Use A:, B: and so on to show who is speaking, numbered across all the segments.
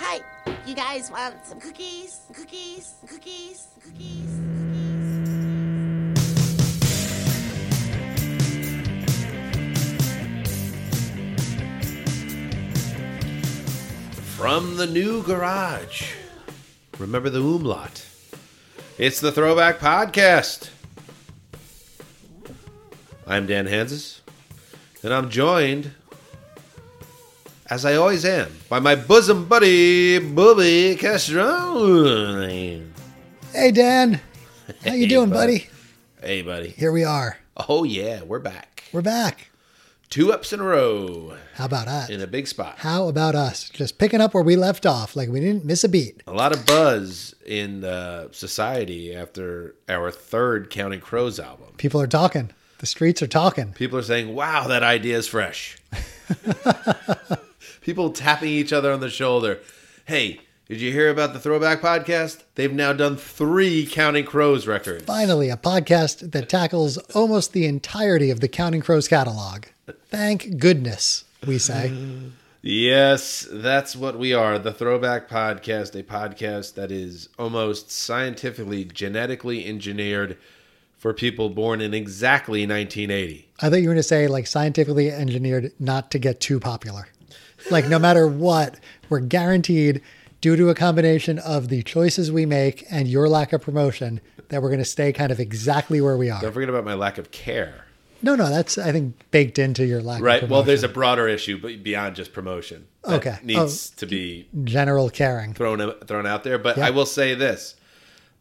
A: Hi, you guys want some cookies? Cookies? Cookies? Cookies? Cookies?
B: From the new garage. Remember the umlaut. It's the Throwback Podcast. I'm Dan Hanses, and I'm joined, as I always am, by my bosom buddy, Bobby Castrone.
C: Hey Dan, how you
B: Hey,
C: doing,
B: bud.
C: buddy?
B: Hey, buddy.
C: Here we are.
B: Oh, yeah, we're back.
C: We're back.
B: Two ups in a row
C: How about us?
B: in a big spot.
C: How about us? Just picking up where we left off, like we didn't miss a beat.
B: A lot of buzz in uh, society after our third Counting Crows album.
C: People are talking. The streets are talking.
B: People are saying, "Wow, that idea is fresh." People tapping each other on the shoulder. Hey, did you hear about the Throwback Podcast? They've now done three Counting Crows records.
C: Finally, a podcast that tackles almost the entirety of the Counting Crows catalog. Thank goodness, we say.
B: Yes, that's what we are. The Throwback Podcast, a podcast that is almost scientifically genetically engineered for people born in exactly 1980.
C: I thought you were going to say like scientifically engineered not to get too popular. Like no matter what, we're guaranteed due to a combination of the choices we make and your lack of promotion that we're going to stay kind of exactly where we are.
B: Don't forget about my lack of care.
C: No, no, that's I think baked into your lack.
B: Right.
C: Of
B: Well, there's a broader issue, but beyond just promotion. that
C: Okay.
B: Needs to be
C: general caring.
B: thrown thrown out there. But
C: Yeah.
B: I will say this: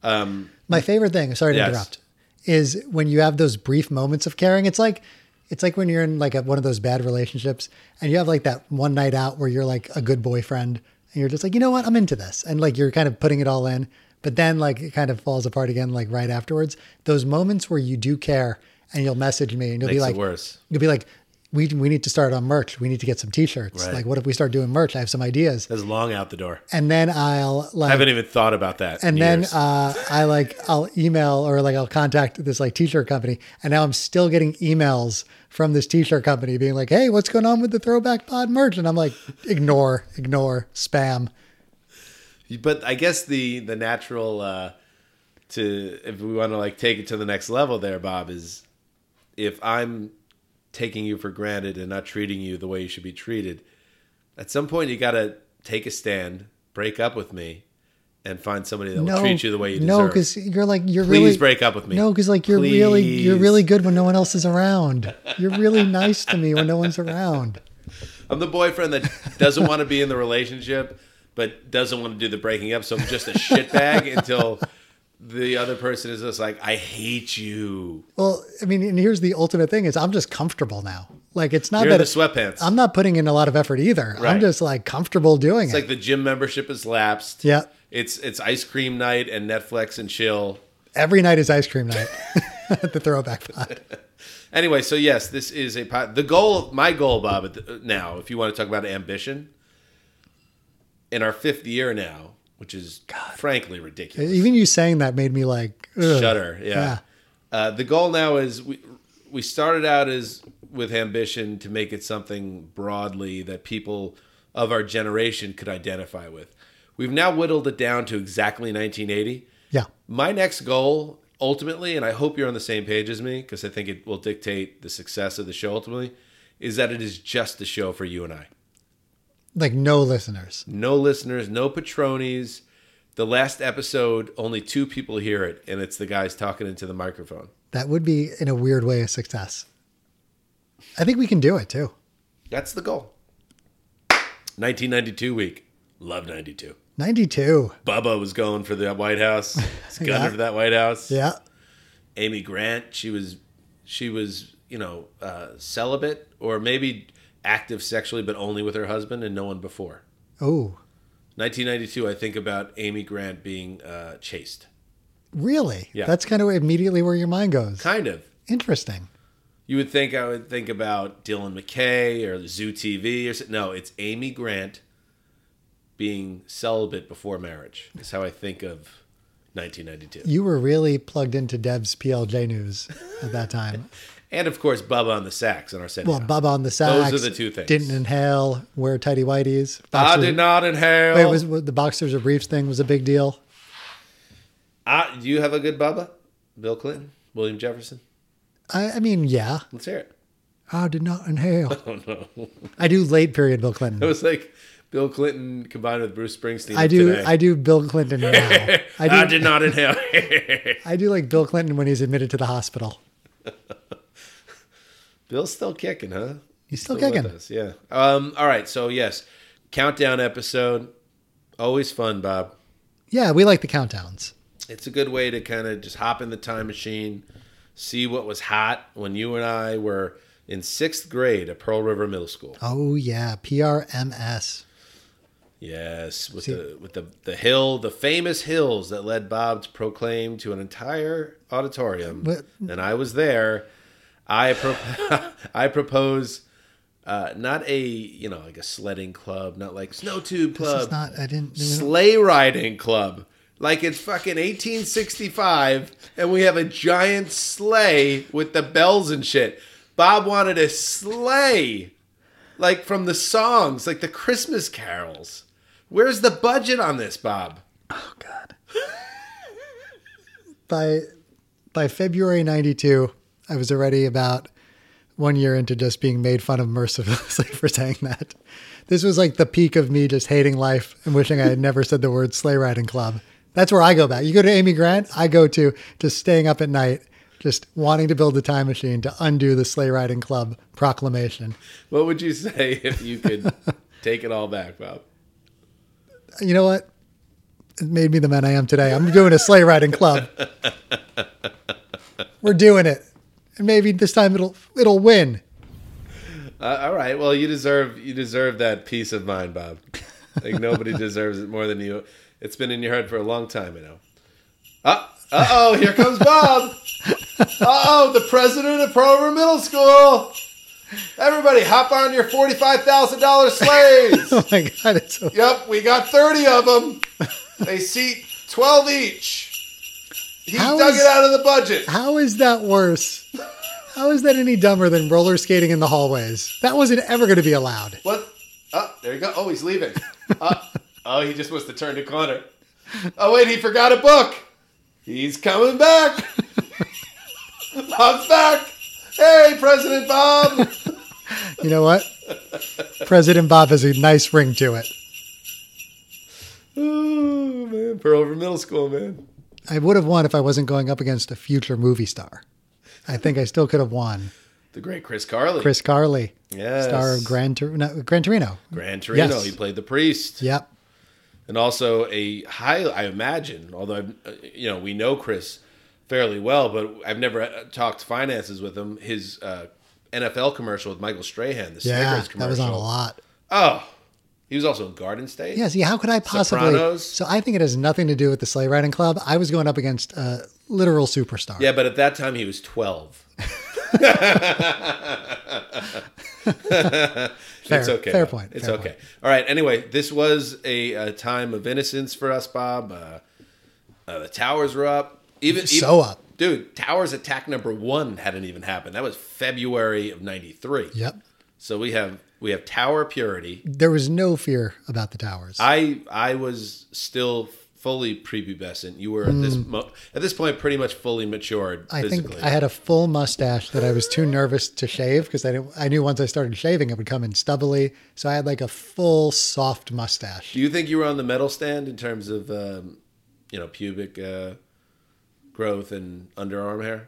C: My favorite thing, sorry to
B: Yes.
C: interrupt, is when you have those brief moments of caring. It's like it's like when you're in like a, one of those bad relationships and you have like that one night out where you're like a good boyfriend and you're just like, you know what, I'm into this, and like you're kind of putting it all in, but then like it kind of falls apart again like right afterwards. Those moments where you do care and you'll message me and you'll be
B: Makes it
C: like,
B: worse.
C: you'll be like. We, we need to start on merch. We need to get some t-shirts.
B: Right.
C: Like, what if we start doing merch? I have some ideas.
B: that's long out the door.
C: And then I'll
B: I
C: like
B: haven't even thought about that.
C: and
B: in
C: then
B: years.
C: uh, I like I'll email or like I'll contact this like t-shirt company, and now I'm still getting emails from this t-shirt company being like, "Hey, what's going on with the Throwback Pod merch?" And I'm like, "Ignore, ignore, spam."
B: but I guess the the natural uh, to if we want to like take it to the next level, there, Bob is if I'm taking you for granted and not treating you the way you should be treated. At some point, you got to take a stand, break up with me, and find somebody that will
C: No,
B: treat you the way you deserve.
C: no, because you're like you're
B: Please
C: really
B: break up with me.
C: No, because like you're really you're
B: Please.
C: really good when no one else is around. You're really nice to me when no one's around.
B: I'm the boyfriend that doesn't want to be in the relationship, but doesn't want to do the breaking up. So I'm just a shitbag until the other person is just like, I hate you.
C: Well, I mean, and here's the ultimate thing: is I'm just comfortable now. Like it's not
B: You're in
C: that
B: the
C: it-
B: sweatpants.
C: I'm not putting in a lot of effort either.
B: Right.
C: I'm just like comfortable doing
B: it's
C: it.
B: like the gym membership is lapsed.
C: Yeah.
B: It's it's ice cream night and Netflix and chill.
C: Every night is ice cream night at the throwback pod.
B: Anyway, so yes, this is a pod. The goal, my goal, Bob, at the- now, if you want to talk about ambition, in our fifth year now, which is frankly ridiculous.
C: Even you saying that made me like ugh.
B: Shutter, yeah.
C: Yeah.
B: Uh, the goal now is we we started out as with ambition to make it something broadly that people of our generation could identify with. We've now whittled it down to exactly 1980.
C: Yeah,
B: My next goal, ultimately, and I hope you're on the same page as me because I think it will dictate the success of the show ultimately, is that it is just the show for you and I.
C: like no listeners.
B: No listeners, no patronies. The last episode, only two people hear it, and it's the guys talking into the microphone.
C: That would be in a weird way a success. I think we can do it too.
B: That's the goal. 1992 week. Love 92.
C: Ninety-two.
B: Bubba was going for the White House. He's gunning
C: Yeah.
B: for that White House.
C: Yeah,
B: Amy Grant, she was, she was, you know, uh, celibate or maybe active sexually, but only with her husband and no one before.
C: Oh,
B: 1992, I think about Amy Grant being uh, chased.
C: really?
B: Yeah.
C: That's kind of immediately where your mind goes.
B: Kind of.
C: Interesting.
B: You would think I would think about Dylan McKay or Zoo TV or so- no, it's Amy Grant being celibate before marriage. Is how I think of 1992.
C: You were really plugged into Deb's PLJ news at that time.
B: and of course Bubba on the sax in Arsenio.
C: Well, Bubba on the sax.
B: Those are the two things.
C: Didn't inhale. Wear tidy whities.
B: I
C: Boxers-
B: did not inhale.
C: Wait, was, was the boxers or briefs thing was a big deal.
B: I, do you have a good Bubba? Bill Clinton, William Jefferson.
C: I, I mean, yeah.
B: Let's hear it.
C: I did not inhale.
B: Oh no,
C: I do late period Bill
B: it
C: Clinton.
B: was like Bill Clinton combined with Bruce Springsteen.
C: I do.
B: Today.
C: I do Bill Clinton now. I do.
B: I did not inhale.
C: I do like Bill Clinton when he's admitted to the hospital.
B: Bill's still kicking, huh?
C: He's still
B: with
C: kicking.
B: us, Yeah. Um, all right. So yes, countdown episode. Always fun, Bob.
C: Yeah, we like the countdowns.
B: It's a good way to kind of just hop in the time machine, see what was hot when you and I were in sixth grade at Pearl River Middle School.
C: Oh yeah, PRMS.
B: Yes, with the with the the hill, the famous hills that led Bob to proclaim to an entire auditorium,
C: What?
B: and I was there. I pro- I propose uh, not a you know like a sledding club, not like snow tube
C: This is
B: club,
C: not. I didn't.
B: sleigh riding club. Like it's fucking 1865, and we have a giant sleigh with the bells and shit. Bob wanted a sleigh, like from the songs, like the Christmas carols. Where's the budget on this, Bob?
C: Oh God. by by February '92, I was already about one year into just being made fun of mercilessly for saying that. This was like the peak of me just hating life and wishing I had never said the word sleigh riding club. That's where I go back. You go to Amy Grant, I go to just staying up at night, just wanting to build the time machine to undo the sleigh riding club proclamation.
B: What would you say if you could take it all back, Bob?
C: You know what? It made me the man I am today. I'm doing a sleigh riding club. We're doing it. And maybe this time it'll it'll win.
B: Uh, all right. Well, you deserve you deserve that peace of mind, Bob. Like nobody deserves it more than you. It's been in your head for a long time, I know. Uh oh, here comes Bob. Uh oh, the president of Prover Middle School. Everybody, hop on your forty-five thousand dollars sleighs.
C: Oh my god, it's so
B: yep, we got thirty of them. They seat twelve each. He
C: How
B: dug
C: is-
B: it out of the budget.
C: How is that worse? How is that any dumber than roller skating in the hallways? That wasn't ever going to be allowed.
B: What? Oh, there you go. Oh, he's leaving. Uh, oh, he just must have turned a corner. Oh, wait, he forgot a book. He's coming back. Bob's back. Hey, President Bob.
C: You know what? President Bob has a nice ring to it.
B: Ooh, man. Pearl River Middle School, man.
C: I would have won if I wasn't going up against a future movie star. I think I still could have won.
B: The great Chris Carly.
C: Chris Carly,
B: Yes.
C: star of Gran, Tur- no, Gran Torino.
B: Gran Torino.
C: Yes.
B: He played the priest.
C: Yep.
B: and also a high i imagine although I've, uh, you know we know chris fairly well but i've never uh, talked finances with him his uh, nfl commercial with michael strahan the
C: Yeah,
B: Snickers commercial
C: that was on a lot.
B: oh he was also in garden state
C: Yeah, see, how could I possibly?
B: Sopranos?
C: So I think it has nothing to do with the sleigh riding club. I was going up against a literal superstar.
B: yeah but at that time he was 12
C: fair,
B: it's okay.
C: Fair
B: Bob.
C: point.
B: It's
C: fair
B: okay.
C: point.
B: All right. Anyway, this was a, uh time of innocence for us, Bob. Uh, uh, the towers were up. Even
C: So
B: even-
C: up.
B: dude. Towers attack number one hadn't even happened. That was February of '93.
C: Yep.
B: So we have we have tower purity.
C: There was no fear about the towers.
B: I I was still fully prepubescent. You were at this mo- at this point pretty much fully matured
C: Hmm. I
B: physically.
C: think I had a full mustache that I was too nervous to shave because I didn't, I knew once I started shaving it would come in stubbly. So I had like a full soft mustache.
B: Do you think you were on the medal stand in terms of um, you know pubic uh, growth and underarm hair?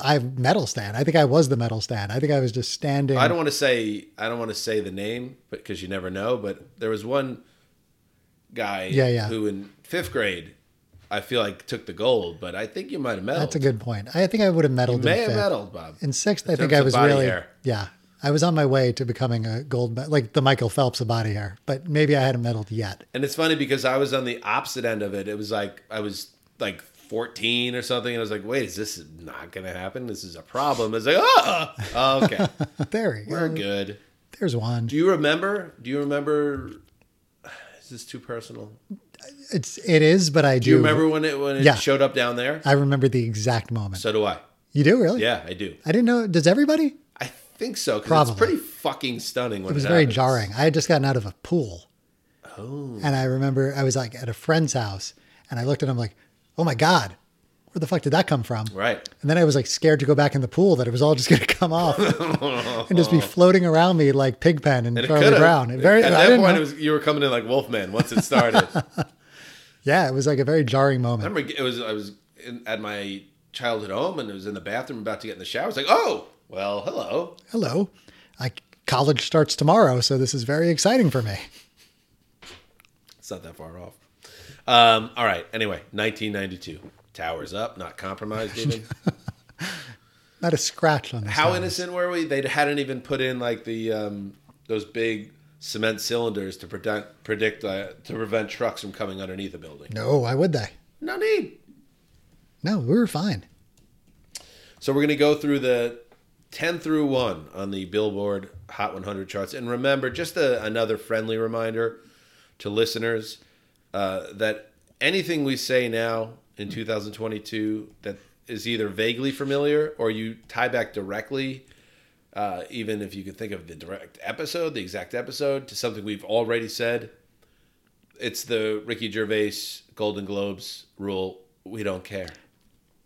C: I metal stand. I think I was the metal stand. I think I was just standing.
B: I don't want to say I don't want to say the name, but because you never know. But there was one guy,
C: Yeah, yeah.
B: who in fifth grade, I feel like took the gold, but I think you might have meddled.
C: that's a good point. I think I would have meddled. in
B: may have
C: fifth.
B: meddled, Bob.
C: In sixth, I think
B: terms
C: I
B: of
C: was
B: body
C: really
B: hair.
C: yeah. I was on my way to becoming a gold me- like the Michael Phelps of body hair, but maybe I hadn't meddled yet.
B: And it's funny because I was on the opposite end of it. It was like I was like 14 or something, and I was like, "Wait, is this not going to happen? This is a problem." It's like, "Oh, oh, okay,
C: There you
B: we're
C: go.
B: good."
C: There's one.
B: Do you remember? Do you remember? Is this too personal?
C: It's it is, but I do.
B: Do you remember when it when it
C: Yeah.
B: showed up down there?
C: I remember the exact moment.
B: So do I.
C: You do really?
B: Yeah, I do.
C: I didn't know. Does everybody?
B: I think so because
C: Probably.
B: it's pretty fucking stunning. When
C: It was
B: it
C: very
B: happens.
C: jarring. I had just gotten out of a pool. Oh. And I remember I was like at a friend's house and I looked at him like, oh my God, where the fuck did that come from?
B: Right.
C: And then I was like scared to go back in the pool that it was all just going to come off and just be floating around me like Pigpen and,
B: And it
C: Charlie
B: could
C: Brown.
B: have.
C: It very,
B: At that
C: I didn't
B: point, it
C: know.
B: was, you were coming in like Wolfman once it started.
C: yeah, it was like a very jarring
B: I
C: moment.
B: remember it was I was in, at my childhood home and I was in the bathroom about to get in the shower. I was like, oh, well, hello.
C: Hello. I, college starts tomorrow, so this is very exciting for me.
B: It's not that far off. Um, all right. Anyway, 1992. Towers up, not compromised. Even.
C: Not a scratch on this.
B: How
C: one.
B: innocent were we? They hadn't even put in like the um, those big cement cylinders to predict, predict uh, to prevent trucks from coming underneath a building.
C: No, why would they?
B: No need.
C: No, we were fine.
B: So we're going to go through the 10 through 1 on the Billboard Hot 100 charts. And remember, just a, another friendly reminder to listeners uh, that anything we say now in 2022 that is either vaguely familiar or you tie back directly, uh, even if you can think of the direct episode, the exact episode, to something we've already said. It's the Ricky Gervais Golden Globes rule. We don't care.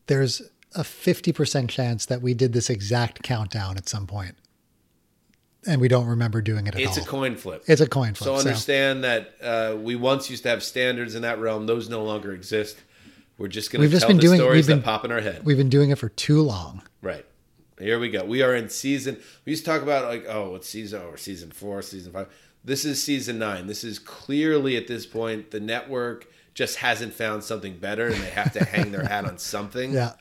C: there's a 50% chance that we did this exact countdown at some point and we don't remember doing it at
B: It's
C: all.
B: a coin flip.
C: it's a coin
B: So
C: flip. So
B: understand that uh, we once used to have standards in that realm. Those no longer exist. We're just going
C: We've
B: to tell
C: just been
B: the
C: doing-
B: stories
C: we've been-
B: that pop in our head.
C: we've been doing it for too long.
B: right. Here we go. We are in season. We used to talk about like, oh, it's season? Oh, we're season four, season five. This is season nine. This is clearly at this point the network just hasn't found something better, and they have to hang their hat on something
C: Yeah.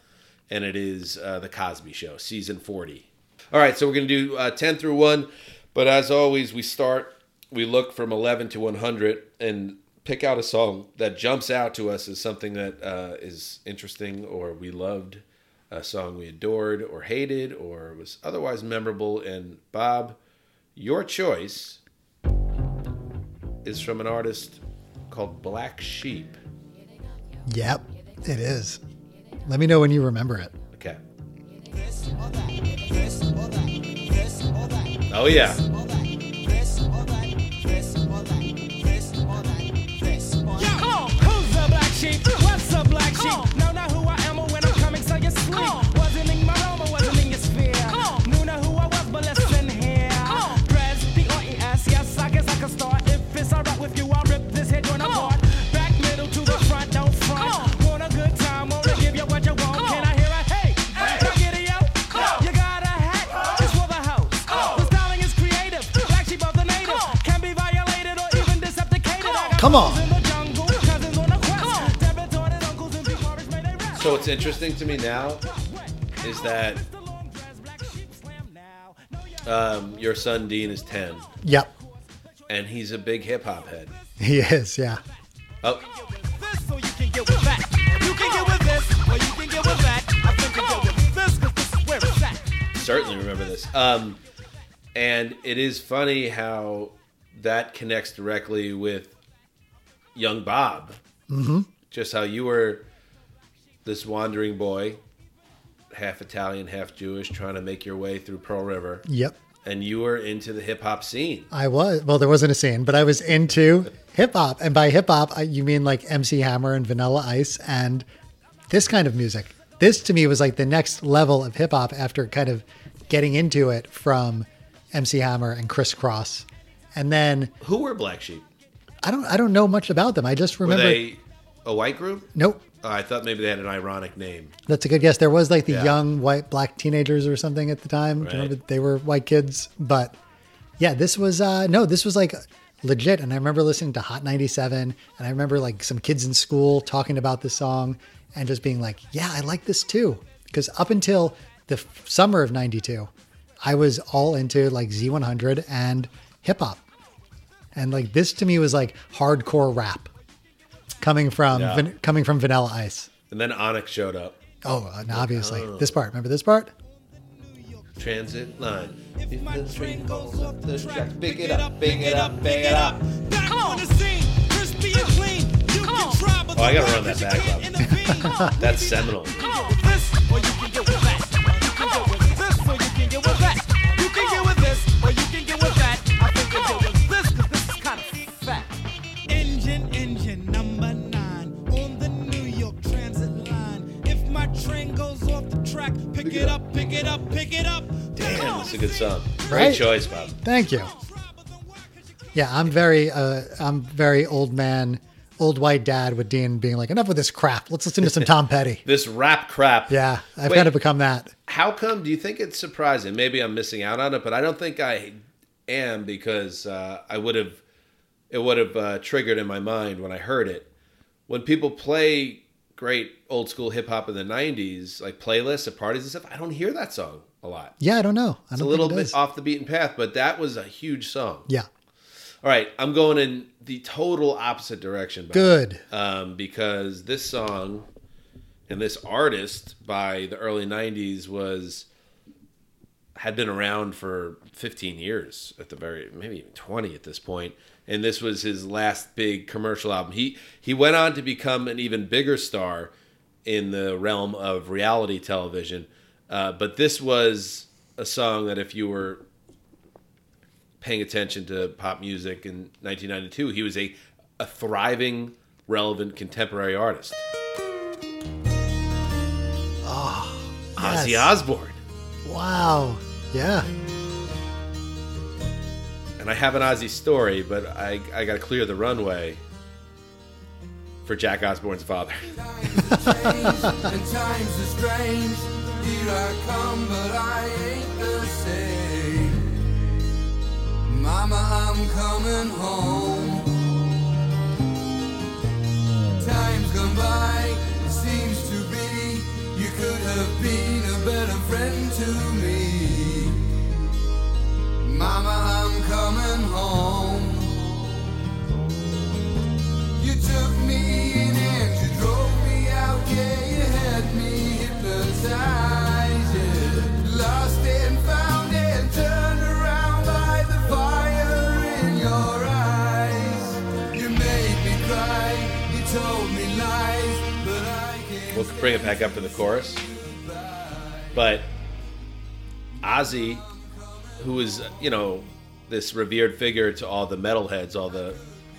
B: and it is uh, the Cosby Show, season forty. All right, so we're gonna do uh, ten through one, but as always, we start we look from eleven to one hundred and pick out a song that jumps out to us as something that uh, is interesting or we loved, a song we adored or hated or was otherwise memorable. And Bob, your choice is from an artist called Black Sheep.
C: Yep. It is. Let me know when you remember it.
B: Okay.
D: This or that, this or that, this or that.
B: Oh yeah.
D: This or that, this or that, this or that, this or that, this or
E: Yo,
D: that.
E: come on. Uh.
F: Who's the black sheep? What's the black
E: Come
F: sheep?
E: on. Uh.
F: Know not who I am or when I'm coming, so you sleep.
E: Come on. Uh.
F: Wasn't in my home, I wasn't in your sphere.
E: Come on. Uh.
F: Knew not who I was, but listen here.
E: Come on.
F: Dress P-R-E-S, E yes, I guess I can start. If it's alright with you, I'll rip this head joint
E: Come on. Uh.
F: apart. Back middle to the front, don't front.
E: Come on. Uh.
F: Want a good time, wanna give you what you want.
E: Come
F: Can
E: on. Uh.
F: I hear a hey? Now get it, yo.
E: Come on. Uh.
F: You got a hat, it's for the house.
E: Come on. Uh.
F: The styling is creative, black sheep of the native.
E: Come on.
F: Can be violated or even decepticated.
E: Come
F: I
E: on.
F: got
C: Come on.
F: hoes in the jungle, cousins on a quest.
E: Come on.
F: Debits on it, uncles and feverish, may they rest.
B: So what's interesting to me now is that um, your son Dean is ten,
C: Yep.
B: and he's a big hip hop head.
C: He is. Yeah.
B: Oh,
F: This or you can get with that. You can get with this or you can get with that. I think you get with this 'cause this is where it's at.
B: certainly remember this. Um, and it is funny how that connects directly with young Bob. Mm-hmm. Just how you were this wandering boy, half Italian, half Jewish, trying to make your way through Pearl River,
C: Yep.
B: and you were into the hip hop scene.
C: I was. Well, there wasn't a scene, but I was into hip hop. And by hip hop, I- you mean like MC Hammer and Vanilla Ice and this kind of music. This to me was like the next level of hip hop after kind of getting into it from MC Hammer and Criss Cross. And then
B: Who were Black Sheep?
C: I don't I don't know much about them. I just
B: Were
C: remember
B: they a white group?
C: Nope.
B: Oh, I thought maybe they had an ironic name.
C: That's a good guess. There was like the
B: Yeah.
C: young white black teenagers or something at the time. Do you remember
B: Right.
C: they were white kids? But yeah, this was uh no, this was like legit. And I remember listening to Hot 97 and I remember like some kids in school talking about this song and just being like, Yeah, I like this too. Because up until the f- summer of ninety-two, I was all into like Z one hundred and hip hop. And like this to me was like hardcore rap coming from
B: Yeah.
C: van- coming from vanilla ice.
B: And then Onyx showed up.
C: Oh, and obviously. This part. Remember this part?
B: Transit line.
F: If my train goes off the track,
B: pick it up, pick it up, pick it up.
F: Back
E: Come
F: on
E: on.
F: the scene, crispy and clean. You
E: Come
F: can
E: on.
F: try, but
B: Oh, I
F: the
B: gotta
F: law
B: run that
F: is you
B: back
F: can't
B: up.
F: intervene.
B: That's seminal.
F: You can get with this or you can get with that.
D: engine number nine on the New York Transit line. If my train goes off the track, pick, it up, pick it up, pick it up.
B: Damn, that's a good song. Great
C: Right?
B: choice, Bob.
C: Thank you. Yeah, I'm very uh, I'm very old man, old white dad with Dean being like, enough with this crap. Let's listen to some Tom Petty.
B: This rap crap.
C: Yeah, I've
B: Wait.
C: kind of become that.
B: How come? Do you think it's surprising? Maybe I'm missing out on it, but I don't think I am because uh, I would have it would have uh, triggered in my mind when I heard it. When people play great old school hip hop in the '90s, like playlists at parties and stuff, I don't hear that song a lot.
C: Yeah, I don't know. I don't
B: It's a
C: think
B: little
C: it
B: bit
C: is.
B: off the beaten path, but that was a huge song.
C: Yeah,
B: All right, I'm going in the total opposite direction. Bob.
C: Good.
B: Um, because this song and this artist by the early 90s was had been around for 15 years at the very maybe even 20 at this point and this was his last big commercial album he he went on to become an even bigger star in the realm of reality television uh, but this was a song that if you were paying attention to pop music in 1992, he was a, a thriving, relevant contemporary artist. Ozzy
C: Yes.
B: Osbourne.
C: Wow. Yeah.
B: And I have an Ozzy story, but I, I got to clear the runway for Jack Osbourne's father.
E: and times are strange. Here I come, but I ain't the same. Mama, I'm coming home. Times gone by, it seems to be. You could have been a better friend to me. Mama, I'm coming home. You took me in and you drove me out, yeah, you had me hypnotized, yeah. Lost and found and turned around by the fire in your eyes. You made me cry, you told me lies, but I can't.
B: We'll bring it back up to the chorus. But Ozzy, who was, you know, this revered figure to all the metalheads, all the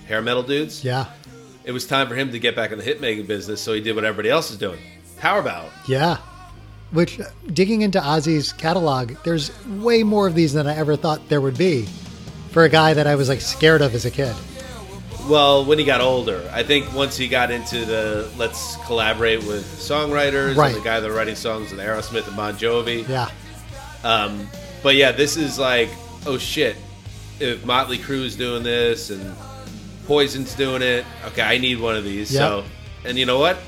B: hair metal dudes.
C: Yeah.
B: it was time for him to get back in the hit making business, so he did what everybody else is doing. Power ballad.
C: Yeah. Which, uh, digging into Ozzy's catalog, there's way more of these than I ever thought there would be for a guy that I was like scared of as a kid.
B: Well, when he got older, I think once he got into the let's collaborate with songwriters
C: Right.
B: and the guy that are writing songs with Aerosmith and Bon Jovi.
C: Yeah.
B: Um, but yeah, this is like, oh shit, if Motley Crue's doing this and Poison's doing it, okay, I need one of these.
C: Yeah.
B: So, and you know what?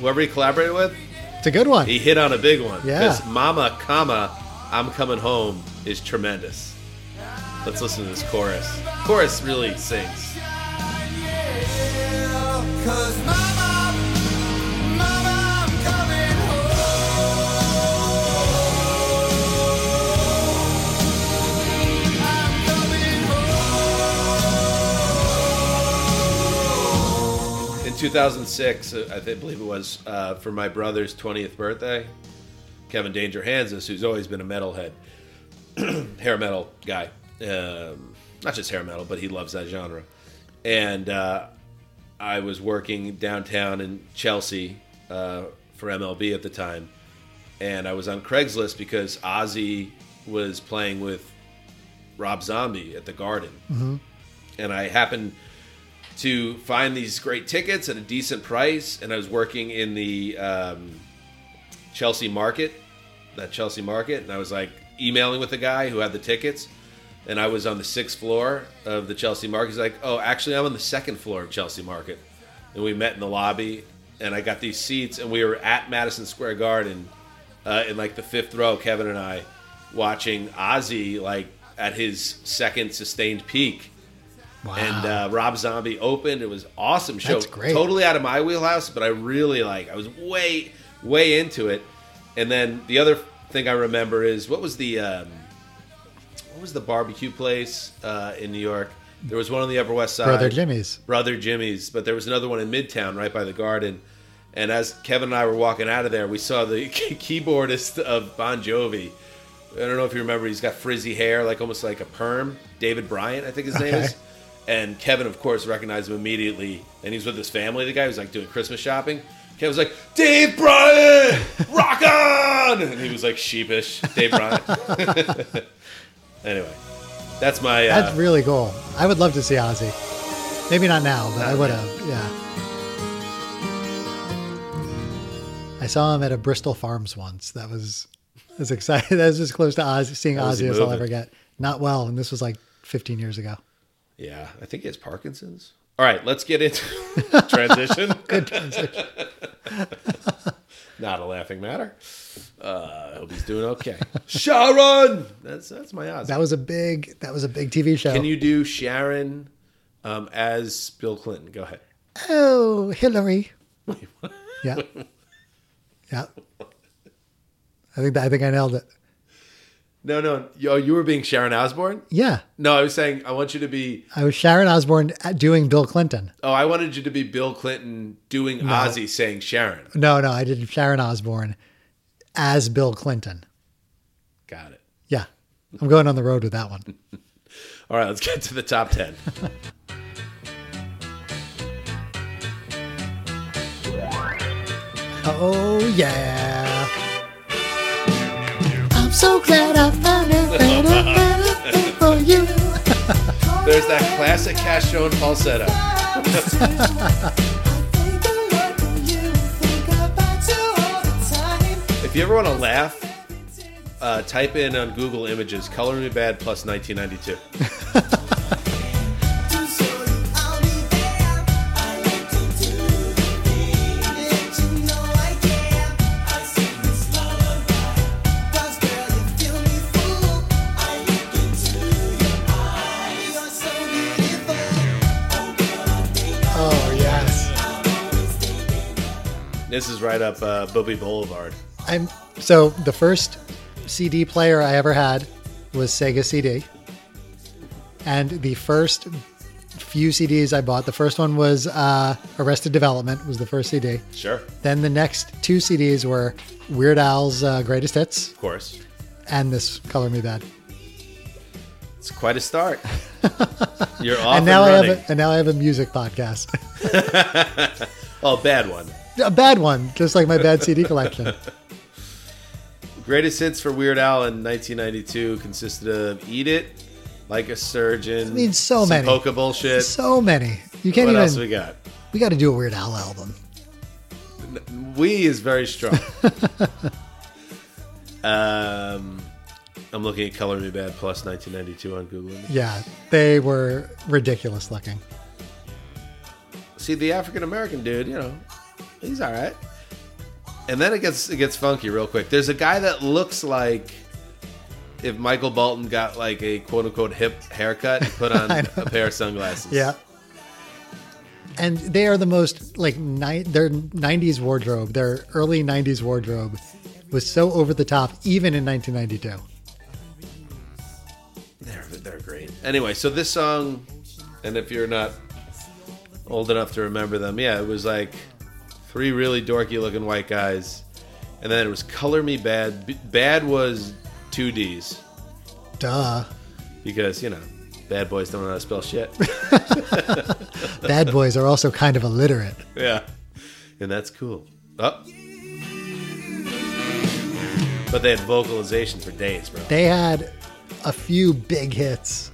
B: Whoever he collaborated with,
C: It's a good one.
B: he hit on a big one.
C: Yeah.
B: Mama, comma, I'm coming home is tremendous. Let's listen to this chorus. Chorus really sings.
E: Cause mama, mama, I'm coming home. I'm coming
B: In 2006, uh, I think- believe it was, uh, for my brother's 20th birthday, Kevin Danger Hansis, who's always been a metalhead, hair metal guy, um, not just hair metal, but he loves that genre. And uh, I was working downtown in Chelsea uh, for MLB at the time, and I was on Craigslist because Ozzy was playing with Rob Zombie at the Garden, and I happened to find these great tickets at a decent price. And I was working in the um, Chelsea market, that Chelsea market, and I was like emailing with the guy who had the tickets. And I was on the sixth floor of the Chelsea market. He's like, "Oh, actually, I'm on the second floor of Chelsea market." And we met in the lobby, and I got these seats, and we were at Madison Square Garden uh, in like the fifth row, Kevin and I, watching Ozzy like at his second sustained peak
C: wow.
B: and uh, Rob Zombie opened. It was awesome show.
C: That's great.
B: Totally out of my wheelhouse, but I really like. I was way way into it. And then the other thing I remember is what was the um, what was the barbecue place uh, in New York? There was one on the Upper West Side.
C: Brother Jimmy's.
B: Brother Jimmy's, but there was another one in Midtown right by the garden. And as Kevin and I were walking out of there, we saw the keyboardist of Bon Jovi. I don't know if you remember, he's got frizzy hair, like almost like a perm. David Bryant, I think his name
C: Okay.
B: is. And Kevin, of course, recognized him immediately. And he's with his family. The guy who's like doing Christmas shopping. Kevin was like, Dave Bryan, rock on! And he was like sheepish. Dave Bryan. anyway, that's my. Uh,
C: That's really cool. I would love to see Ozzy. Maybe not now, but
B: Uh,
C: I would have. Yeah. I saw him at a Bristol Farms once. That was as excited. That was as close to Ozzy seeing
B: How was he
C: Ozzy as I'll
B: moving?
C: ever get. Not well, and this was like 15 years ago.
B: yeah, I think he has Parkinson's. All right, let's get into transition. Good
C: transition.
B: Not a laughing matter. Uh, I hope he's doing okay. Sharon! That's that's my odds.
C: That was a big. That was a big TV show.
B: Can you do Sharon um, as Bill Clinton? Go ahead.
C: Oh, Hillary. yeah. Yeah. I think that, I think I nailed it.
B: No, no. Yo, you were being Sharon Osbourne?
C: Yeah.
B: No, I was saying I want you to be.
C: I was Sharon Osbourne at- doing Bill Clinton.
B: Oh, I wanted you to be Bill Clinton doing Ozzy saying Sharon.
C: No, no, I did Sharon Osbourne as Bill Clinton.
B: Got it.
C: Yeah. I'm going on the road with that one.
B: All right, let's get to the top 10.
C: Oh, yeah. I'm so glad I found a better thing for you.
B: There's that classic Cashone falsetto. If you ever want to laugh, uh, type in on Google Images Color Me Bad plus 1992.
C: Oh, yes.
B: This is right up uh, Booby Boulevard.
C: I'm so the first CD player I ever had was Sega CD. And the first few CDs I bought, the first one was uh, Arrested Development was the first CD.
B: Sure,
C: Then the next two CDs were Weird Al's uh, Greatest Hits
B: of course.
C: and this Color Me Bad.
B: It's quite a start. You're off
C: And now I have
B: running.
C: a, and now I have a music podcast.
B: Oh, bad one.
C: a bad one, just like my bad CD collection.
B: Greatest hits for Weird Al in 1992 consisted of "Eat It," "Like a Surgeon," I
C: mean, so many.
B: polka bullshit.
C: So many. You
B: what
C: can't
B: else
C: even.
B: we got?
C: we got to do a Weird Al album.
B: We is very strong. um, I'm looking at "Color Me Bad" plus 1992 on Google.
C: Yeah, they were ridiculous looking.
B: See the African American dude, you know, he's all right. And then it gets it gets funky real quick. There's a guy that looks like if Michael Bolton got like a quote unquote hip haircut and put on a pair of sunglasses.
C: Yeah. And they are the most like ni- their '90s wardrobe, their early '90s wardrobe, was so over the top, even in 1992.
B: They're, they're great. Anyway, so this song, and if you're not old enough to remember them, yeah, it was like three really dorky looking white guys, and then it was "Color Me Bad." B- Bad was two D's
C: Duh.
B: because you know bad boys don't know how to spell shit.
C: Bad boys are also kind of illiterate.
B: yeah, and that's cool. Oh. But they had vocalization for days, bro.
C: They had a few big hits.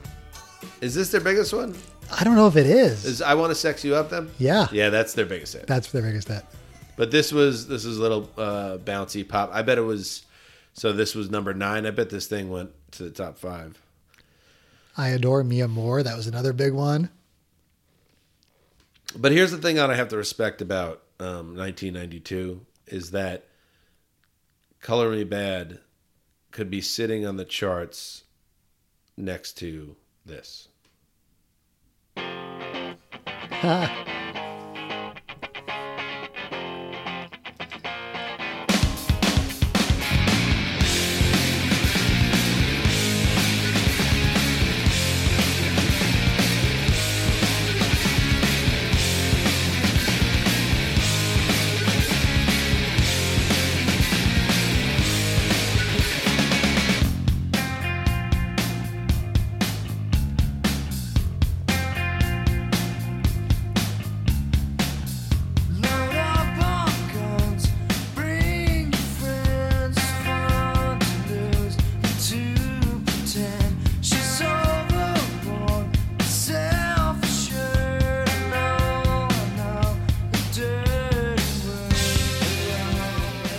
B: Is this their biggest one?
C: I don't know if it is.
B: Is I want to sex you up? Them?
C: Yeah.
B: yeah, that's their biggest hit.
C: That's their biggest hit.
B: But this was this was a little uh, bouncy pop. I bet it was. So this was number nine. I bet this thing went to the top five.
C: I adore Mia Moore. That was another big one.
B: But here's the thing that I have to respect about um, 1992 is that "Color Me Bad" could be sitting on the charts next to this.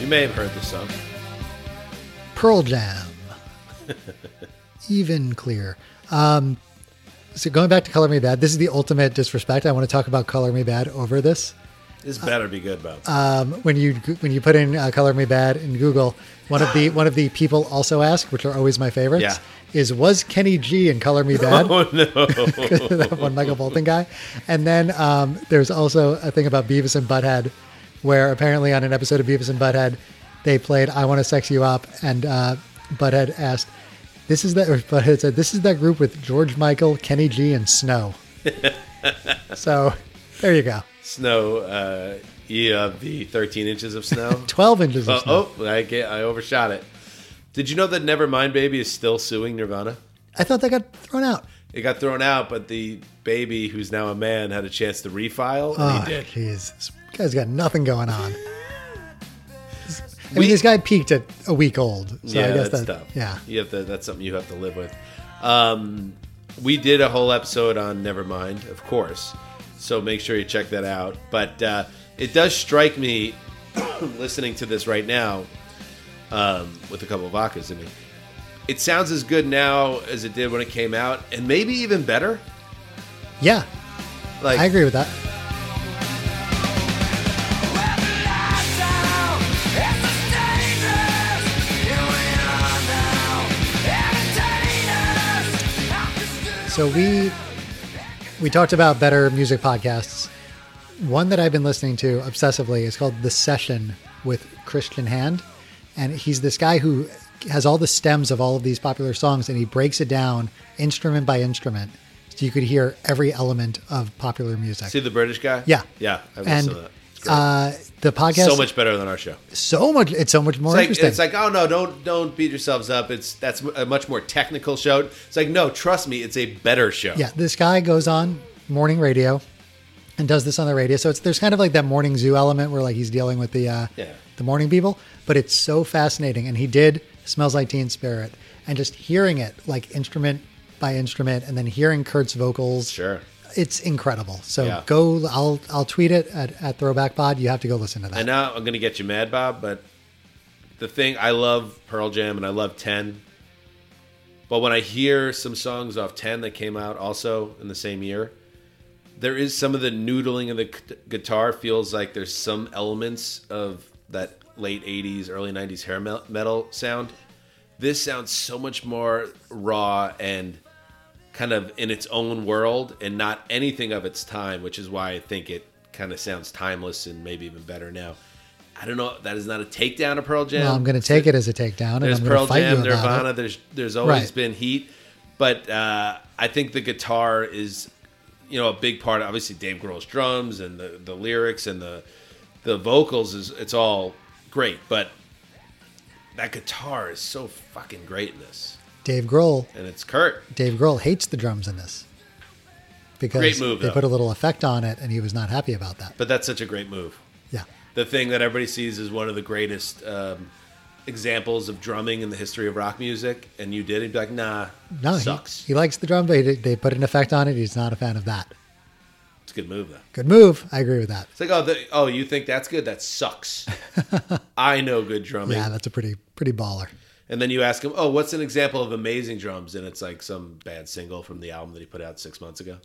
B: may have heard the song.
C: Pearl Jam. Even clear. Um, so going back to Color Me Bad, this is the ultimate disrespect. I want to talk about Color Me Bad over this.
B: This better be good, Bob.
C: Um, When you when you put in uh, "Color Me Bad" in Google, one of the one of the people also ask, which are always my favorites,
B: Yeah.
C: is was Kenny G in "Color Me Bad"?
B: oh no!
C: that one Michael Bolton guy. And then um, there's also a thing about Beavis and Butthead, where apparently on an episode of Beavis and Butthead, they played "I Want to Sex You Up," and uh, Butthead asked, "This is that?" Or Butthead said, "This is that group with George Michael, Kenny G, and Snow." so there you go.
B: Snow. Uh, yeah, the thirteen inches of snow.
C: Twelve inches
B: Uh,
C: of snow.
B: oh, I get, I overshot it. Did you know that Nevermind Baby is still suing Nirvana?
C: I thought that got thrown out.
B: It got thrown out, but the baby, who's now a man, had a chance to refile, and
C: Oh,
B: he did.
C: jeez. This guy's got nothing going on. I
B: We-
C: mean, this guy peaked at a week old. So
B: yeah,
C: I guess
B: that's
C: that,
B: tough.
C: Yeah.
B: you have to. That's something you have to live with. Um, we did a whole episode on Nevermind, of course. So make sure you check that out. But uh, it does strike me, listening to this right now, um, with a couple of vodkas in me, it sounds as good now as it did when it came out, and maybe even better.
C: Yeah.
B: Like
C: I agree with that. So we we talked about better music podcasts. One that I've been listening to obsessively is called The Session with Christian Hand, and he's this guy who has all the stems of all of these popular songs, and he breaks it down instrument by instrument, so you could hear every element of popular music.
B: See the British guy?
C: Yeah.
B: Yeah. I've
C: And,
B: listened to that. It's great.
C: uh, the podcast
B: so much better than our show. It's
C: so much it's so much more
B: like,
C: interesting.
B: it's like, oh no, don't don't beat yourselves up. It's that's a much more technical show. It's like, no, trust me, it's a better show.
C: yeah, this guy goes on morning radio and does this on the radio. So it's there's kind of like that morning zoo element where like he's dealing with the uh,
B: Yeah.
C: the morning people, but it's so fascinating. And he did smells like Teen Spirit, and just hearing it like instrument by instrument, and then hearing Kurt's vocals,
B: Sure.
C: it's incredible. So
B: Yeah.
C: go, I'll I'll tweet it at, at Throwback Pod. You have to go listen to that.
B: And now I'm gonna get you mad, Bob, but the thing I love Pearl Jam and I love Ten. But when I hear some songs off Ten that came out also in the same year, there is some of the noodling of the c- guitar feels like there's some elements of that late 80s early 90s hair mel- metal sound this sounds so much more raw and kind of in its own world and not anything of its time which is why i think it kind of sounds timeless and maybe even better now i don't know that is not a takedown of pearl jam
C: Well, I'm going to take it as a takedown, and
B: there's
C: I'm going
B: Pearl
C: to fight
B: Jam,
C: you about
B: Nirvana.
C: it.
B: There's there's always
C: Right.
B: been heat, but uh, I think the guitar is, you know, a big part. Obviously, Dave Grohl's drums and the, the lyrics and the the vocals is it's all great, but that guitar is so fucking great in this,
C: Dave Grohl
B: and it's Kurt.
C: Dave Grohl hates the drums in this because
B: Great move,
C: they
B: though.
C: put a little effect on it, and he was not happy about that.
B: But that's such a great move.
C: Yeah,
B: The thing that everybody sees is one of the greatest um, examples of drumming in the history of rock music, and you did. it. would be like, nah,
C: no, he-
B: sucks.
C: He, likes the drums, but he, did- they put an effect on it. He's not a fan of that.
B: it's a good move though.
C: Good move. I agree with that.
B: It's like, oh, the, oh, you think that's good? That sucks. I know good drumming.
C: Yeah, that's a pretty pretty baller.
B: And then you ask him, oh, what's an example of amazing drums? And it's like some bad single from the album that he put out six months ago.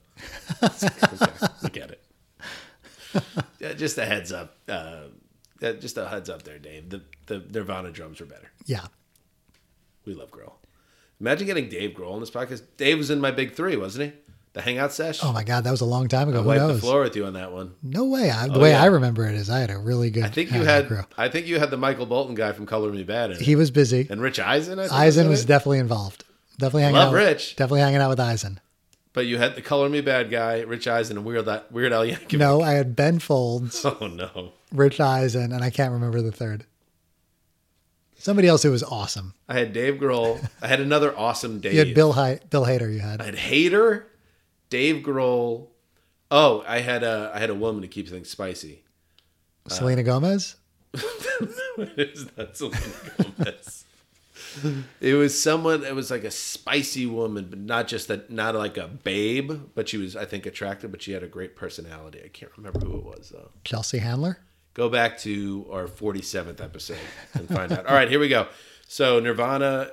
B: okay, we get it. Yeah, just a heads up. Uh, yeah, just a heads up there, Dave. The, the Nirvana drums were better.
C: Yeah,
B: We love Grohl. Imagine getting Dave Grohl on this podcast. Dave was in my big three, wasn't he? The hangout sesh.
C: Oh my God, that was a long time ago.
B: I
C: Who
B: wiped the
C: knows?
B: floor with you on that one.
C: No way. I, the way
B: yeah.
C: I remember it is, I had a really good.
B: I think you had. I think you had the Michael Bolton guy from Color Me Bad. In it.
C: He was busy.
B: And Rich Eisen, I think,
C: Eisen
B: in
C: was
B: it?
C: definitely involved. Definitely hanging
B: Love
C: out.
B: Rich.
C: With, definitely hanging out with Eisen.
B: But you had the Color Me Bad guy, Rich Eisen, and Weird that Weird Al Yankovic.
C: No, I had Ben Folds,
B: Oh no,
C: Rich Eisen, and I can't remember the third. Somebody else who was awesome.
B: I had Dave Grohl. I had another awesome Dave.
C: You had Bill Hi- Bill Hader. You had
B: I had Hater, Dave Grohl. Oh, I had a I had a woman who keeps things spicy.
C: Selena Gomez.
B: it was not Selena Gomez. It was someone. It was like a spicy woman, but not just that. Not like a babe, but she was, I think, attractive. But she had a great personality. I can't remember who it was though.
C: Chelsea Handler.
B: go back to our 47th episode and find out. All right, here we go. So Nirvana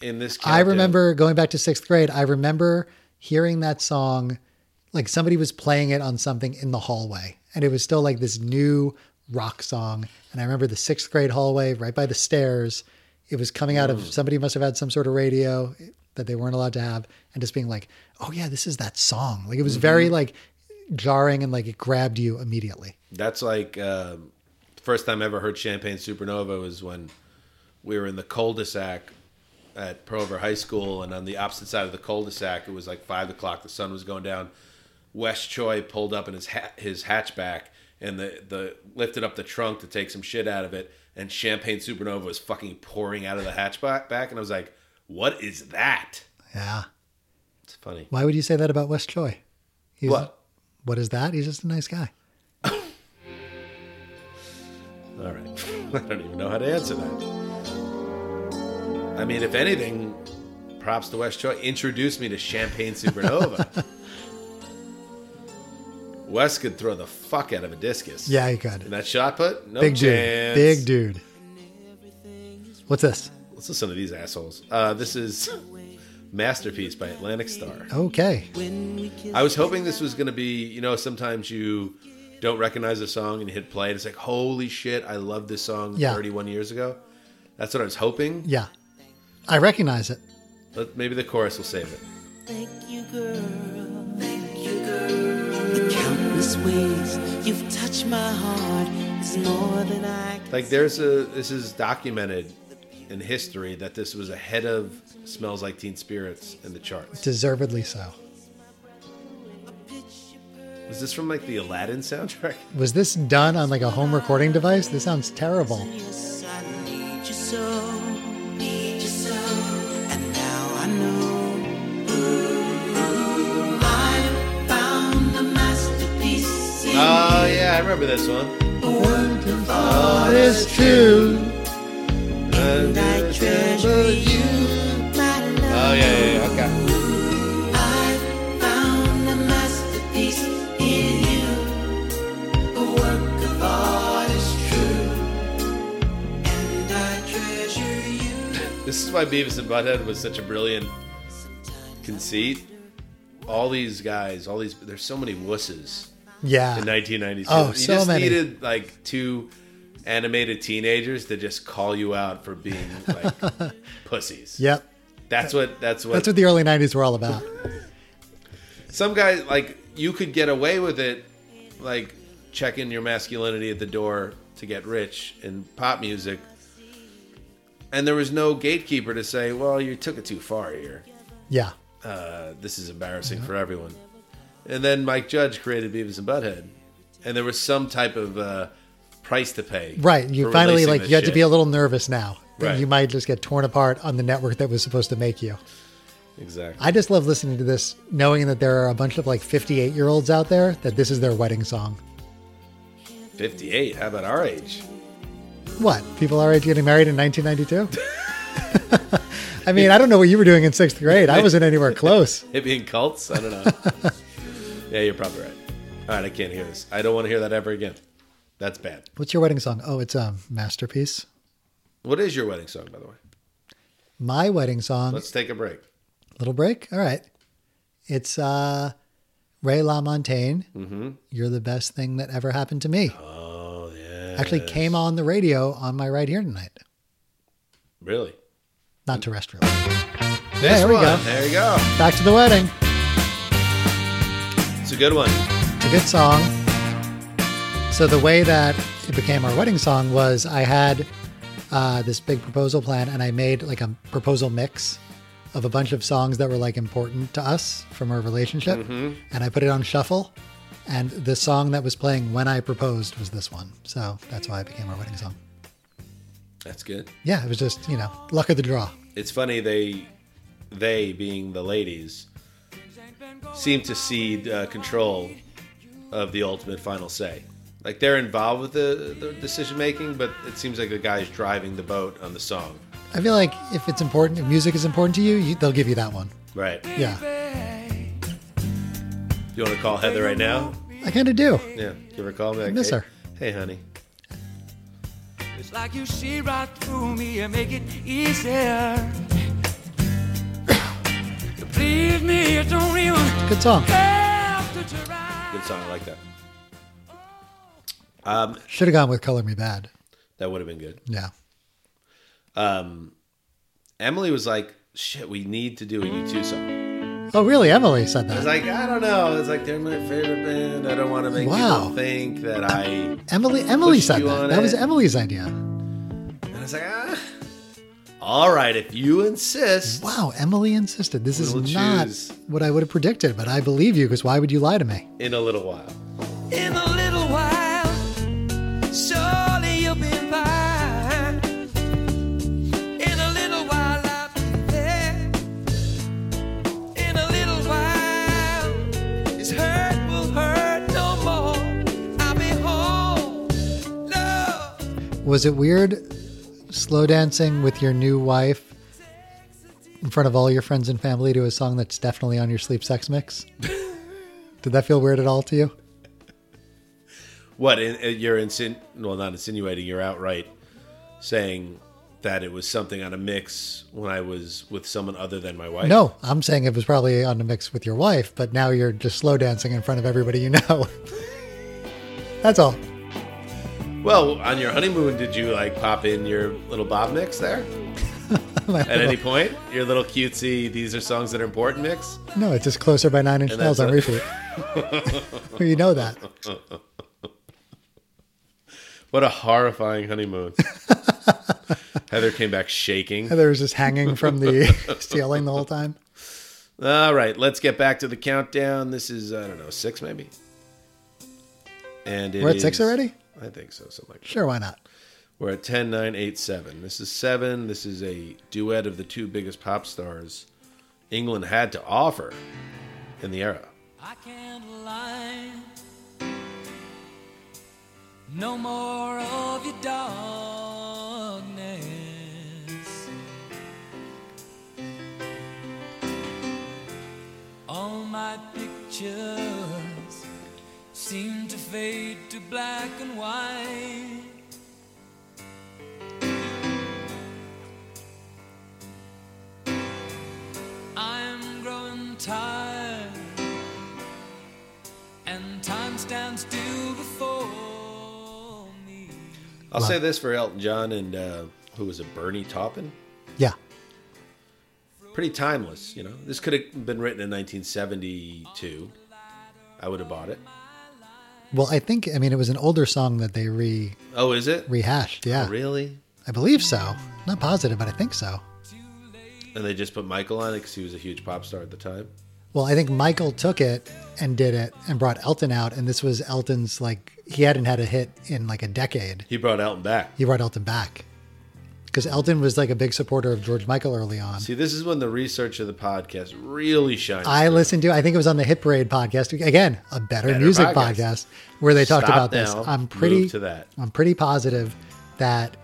B: in this
C: I
B: countdown-
C: remember going back to sixth grade. I remember hearing that song, like somebody was playing it on something in the hallway, and it was still like this new rock song. And I remember the sixth grade hallway right by the stairs. It was coming out of somebody must have had some sort of radio that they weren't allowed to have, and just being like, "Oh yeah, this is that song." Like it was very like jarring and like it grabbed you immediately.
B: That's like um, the first time I ever heard Champagne Supernova was when we were in the cul-de-sac at Pearl River High School, and on the opposite side of the cul-de-sac, it was like five o'clock. The sun was going down. Wes Choi pulled up in his ha- his hatchback and the the lifted up the trunk to take some shit out of it, and Champagne Supernova was fucking pouring out of the hatchback, back, and I was like, "What is that?"
C: Yeah.
B: It's funny.
C: Why would you say that about West Choi? He's,
B: What?
C: What is that? He's just a nice guy.
B: All right. I don't even know how to answer that. I mean, if anything, props to West Choi. Introduced me to Champagne Supernova. Wes could throw the fuck out of a discus.
C: Yeah, he could.
B: And that shot put? No
C: Big
B: chance.
C: dude. Big dude. What's this?
B: Let's listen to these assholes. Uh, this is Masterpiece by Atlantic Star.
C: Okay. Oh.
B: I was hoping this was going to be, you know, sometimes you don't recognize a song and you hit play and it's like, holy shit, I love this song
C: Yeah.
B: 31 years ago. That's what I was hoping.
C: Yeah. I recognize it.
B: Let, maybe the chorus will save it.
G: Thank you, girl. Thank you, girl. The countless ways you've touched my heart is more than I can.
B: Like there's a this is documented in history that this was ahead of Smells Like Teen Spirits in the charts.
C: Deservedly so.
B: Was this from like the Aladdin soundtrack?
C: Was this done on like a home recording device? This sounds terrible.
G: Yes, I need you so, need you so, and now I know. I found a masterpiece in
B: Oh yeah, I remember this one. Oh,
G: the world of art,
C: It's true.
G: and I treasure you, my love.
B: Oh yeah, yeah, yeah, okay.
G: I found a masterpiece in you. The work of art is true, and I treasure you.
B: This is why Beavis and Butthead was such a brilliant conceit. All these guys, all these there's so many wusses in
C: Yeah.
B: 1992.
C: Oh,
B: you
C: so
B: just
C: many.
B: needed like two animated teenagers to just call you out for being like pussies.
C: Yep.
B: That's what that's what
C: That's what the early 90s were all about.
B: some guys like you could get away with it like checking your masculinity at the door to get rich in pop music and there was no gatekeeper to say well you took it too far here
C: Yeah.
B: uh, this is embarrassing for everyone and then mike judge created beavis and butthead and there was some type of uh, price to pay
C: Right. You
B: for
C: finally,
B: releasing
C: like,
B: this
C: you had to
B: shit.
C: be a little nervous now that
B: Right.
C: you might just get torn apart on the network that was supposed to make you.
B: exactly
C: I just love listening to this, knowing that there are a bunch of like 58 year olds out there that this is their wedding song.
B: 58 how about our age
C: What? People our age getting married in 1992? I mean, I don't know what you were doing in sixth grade. I wasn't anywhere close.
B: hippie and cults i don't know yeah you're probably right all right i can't hear this i don't want to hear that ever again that's bad
C: What's your wedding song? Oh, it's a masterpiece.
B: What is your wedding song, by the way?
C: My wedding song.
B: Let's take a break.
C: Little break. All right. It's uh, Ray LaMontagne. Mm-hmm. You're the best thing that ever happened to me. Oh yeah. Actually, came on the radio on my ride here tonight.
B: Really?
C: Not terrestrial.
B: This
C: there we
B: one.
C: go.
B: There you go.
C: Back to the wedding.
B: It's a good one.
C: It's a good song. So the way that it became our wedding song was I had uh, this big proposal plan, and I made like a proposal mix of a bunch of songs that were like important to us from our relationship, and I put it on shuffle. And the song that was playing when I proposed was this one, so that's why it became our wedding song.
B: That's good.
C: Yeah, it was just you know luck of the draw.
B: It's funny they, they being the ladies, seem to cede uh, control of the ultimate final say. Like they're involved with the, the decision making, but it seems like the guy's driving the boat on the song.
C: I feel like if it's important, if music is important to you, you they'll give you that one.
B: Right.
C: Yeah,
B: You want to call Heather right now?
C: I kind of do.
B: Yeah. Give her a call. Be Like,
C: miss
B: hey,
C: her.
B: Hey, honey.
D: It's like you see right through me and make it easier. Believe me, you don't even
C: Good song.
D: have to try.
B: Good song. I like that.
C: Should have gone with Color Me Bad.
B: That would have been good.
C: Yeah.
B: Emily was like, "Shit, we need to do a U2 song."
C: Oh, really? Emily said
B: I
C: that.
B: was like, "I don't know." It's like they're my favorite band. I don't want to make
C: Wow.
B: people think that I. And
C: Emily Emily
B: Pushed
C: said
B: you
C: that.
B: on
C: That was
B: it.
C: Emily's idea.
B: I was like, "Ah, all right, if you insist."
C: Wow, Emily insisted. This is
B: will
C: not
B: choose-
C: what I would have predicted, but I believe you because why would you lie to me?
B: In a little while,
D: In a little while, surely you'll be mine. In a little while, I'll be there. In a little while, this hurt will hurt no more. I'll be home, love.
C: Was it weird slow dancing with your new wife in front of all your friends and family to a song that's definitely on your sleep sex mix? Did that feel weird at all to you?
B: what? In, in- you're insin? Well, not insinuating. You're outright saying that it was something on a mix when I was with someone other than my wife.
C: No, I'm saying it was probably on the mix with your wife, but now you're just slow dancing in front of everybody you know. that's all.
B: Well, on your honeymoon, did you like pop in your little Bob mix there? At any point, your little cutesy, these are songs that are important mix?
C: No, it's just closer by nine inch
B: And
C: nails on
B: that's
C: repeat. you know that.
B: What a horrifying honeymoon. Heather came back shaking.
C: Heather was just hanging from the ceiling the whole time.
B: All right, let's get back to the countdown. This is, I don't know, six maybe? And it
C: We're at six
B: is-
C: already?
B: I think so, something like that.
C: Sure, why not?
B: We're at 10, 9, 8, 7. This is 7. This is a duet of the two biggest pop stars England had to offer in the era.
D: I can't lie. No more of your darkness. All my pictures seem to fade to black and white. I'm growing tired, and time stands still before me.
B: I'll say this for Elton John and uh, who was it, Bernie Taupin?
C: Yeah.
B: Pretty timeless, you know. This could have been written in 1972. I would have bought it.
C: Well, I think I mean it was an older song that they re
B: Oh, is it
C: rehashed. Yeah,
B: Oh, really?
C: I believe so. Not positive, but I think so.
B: And they just put Michael on it because he was a huge pop star at the time.
C: Well, I think Michael took it and did it and brought Elton out, and this was Elton's like he hadn't had a hit in like a decade.
B: He brought Elton back.
C: He brought Elton back because Elton was like a big supporter of George Michael early on.
B: See, this is when the research of the podcast really shines.
C: I listened to I think it was on the Hit Parade podcast again, a better, music
B: podcast.
C: podcast. where they talked
B: Stop
C: about this.
B: now,
C: I'm pretty
B: move to that.
C: I'm pretty positive that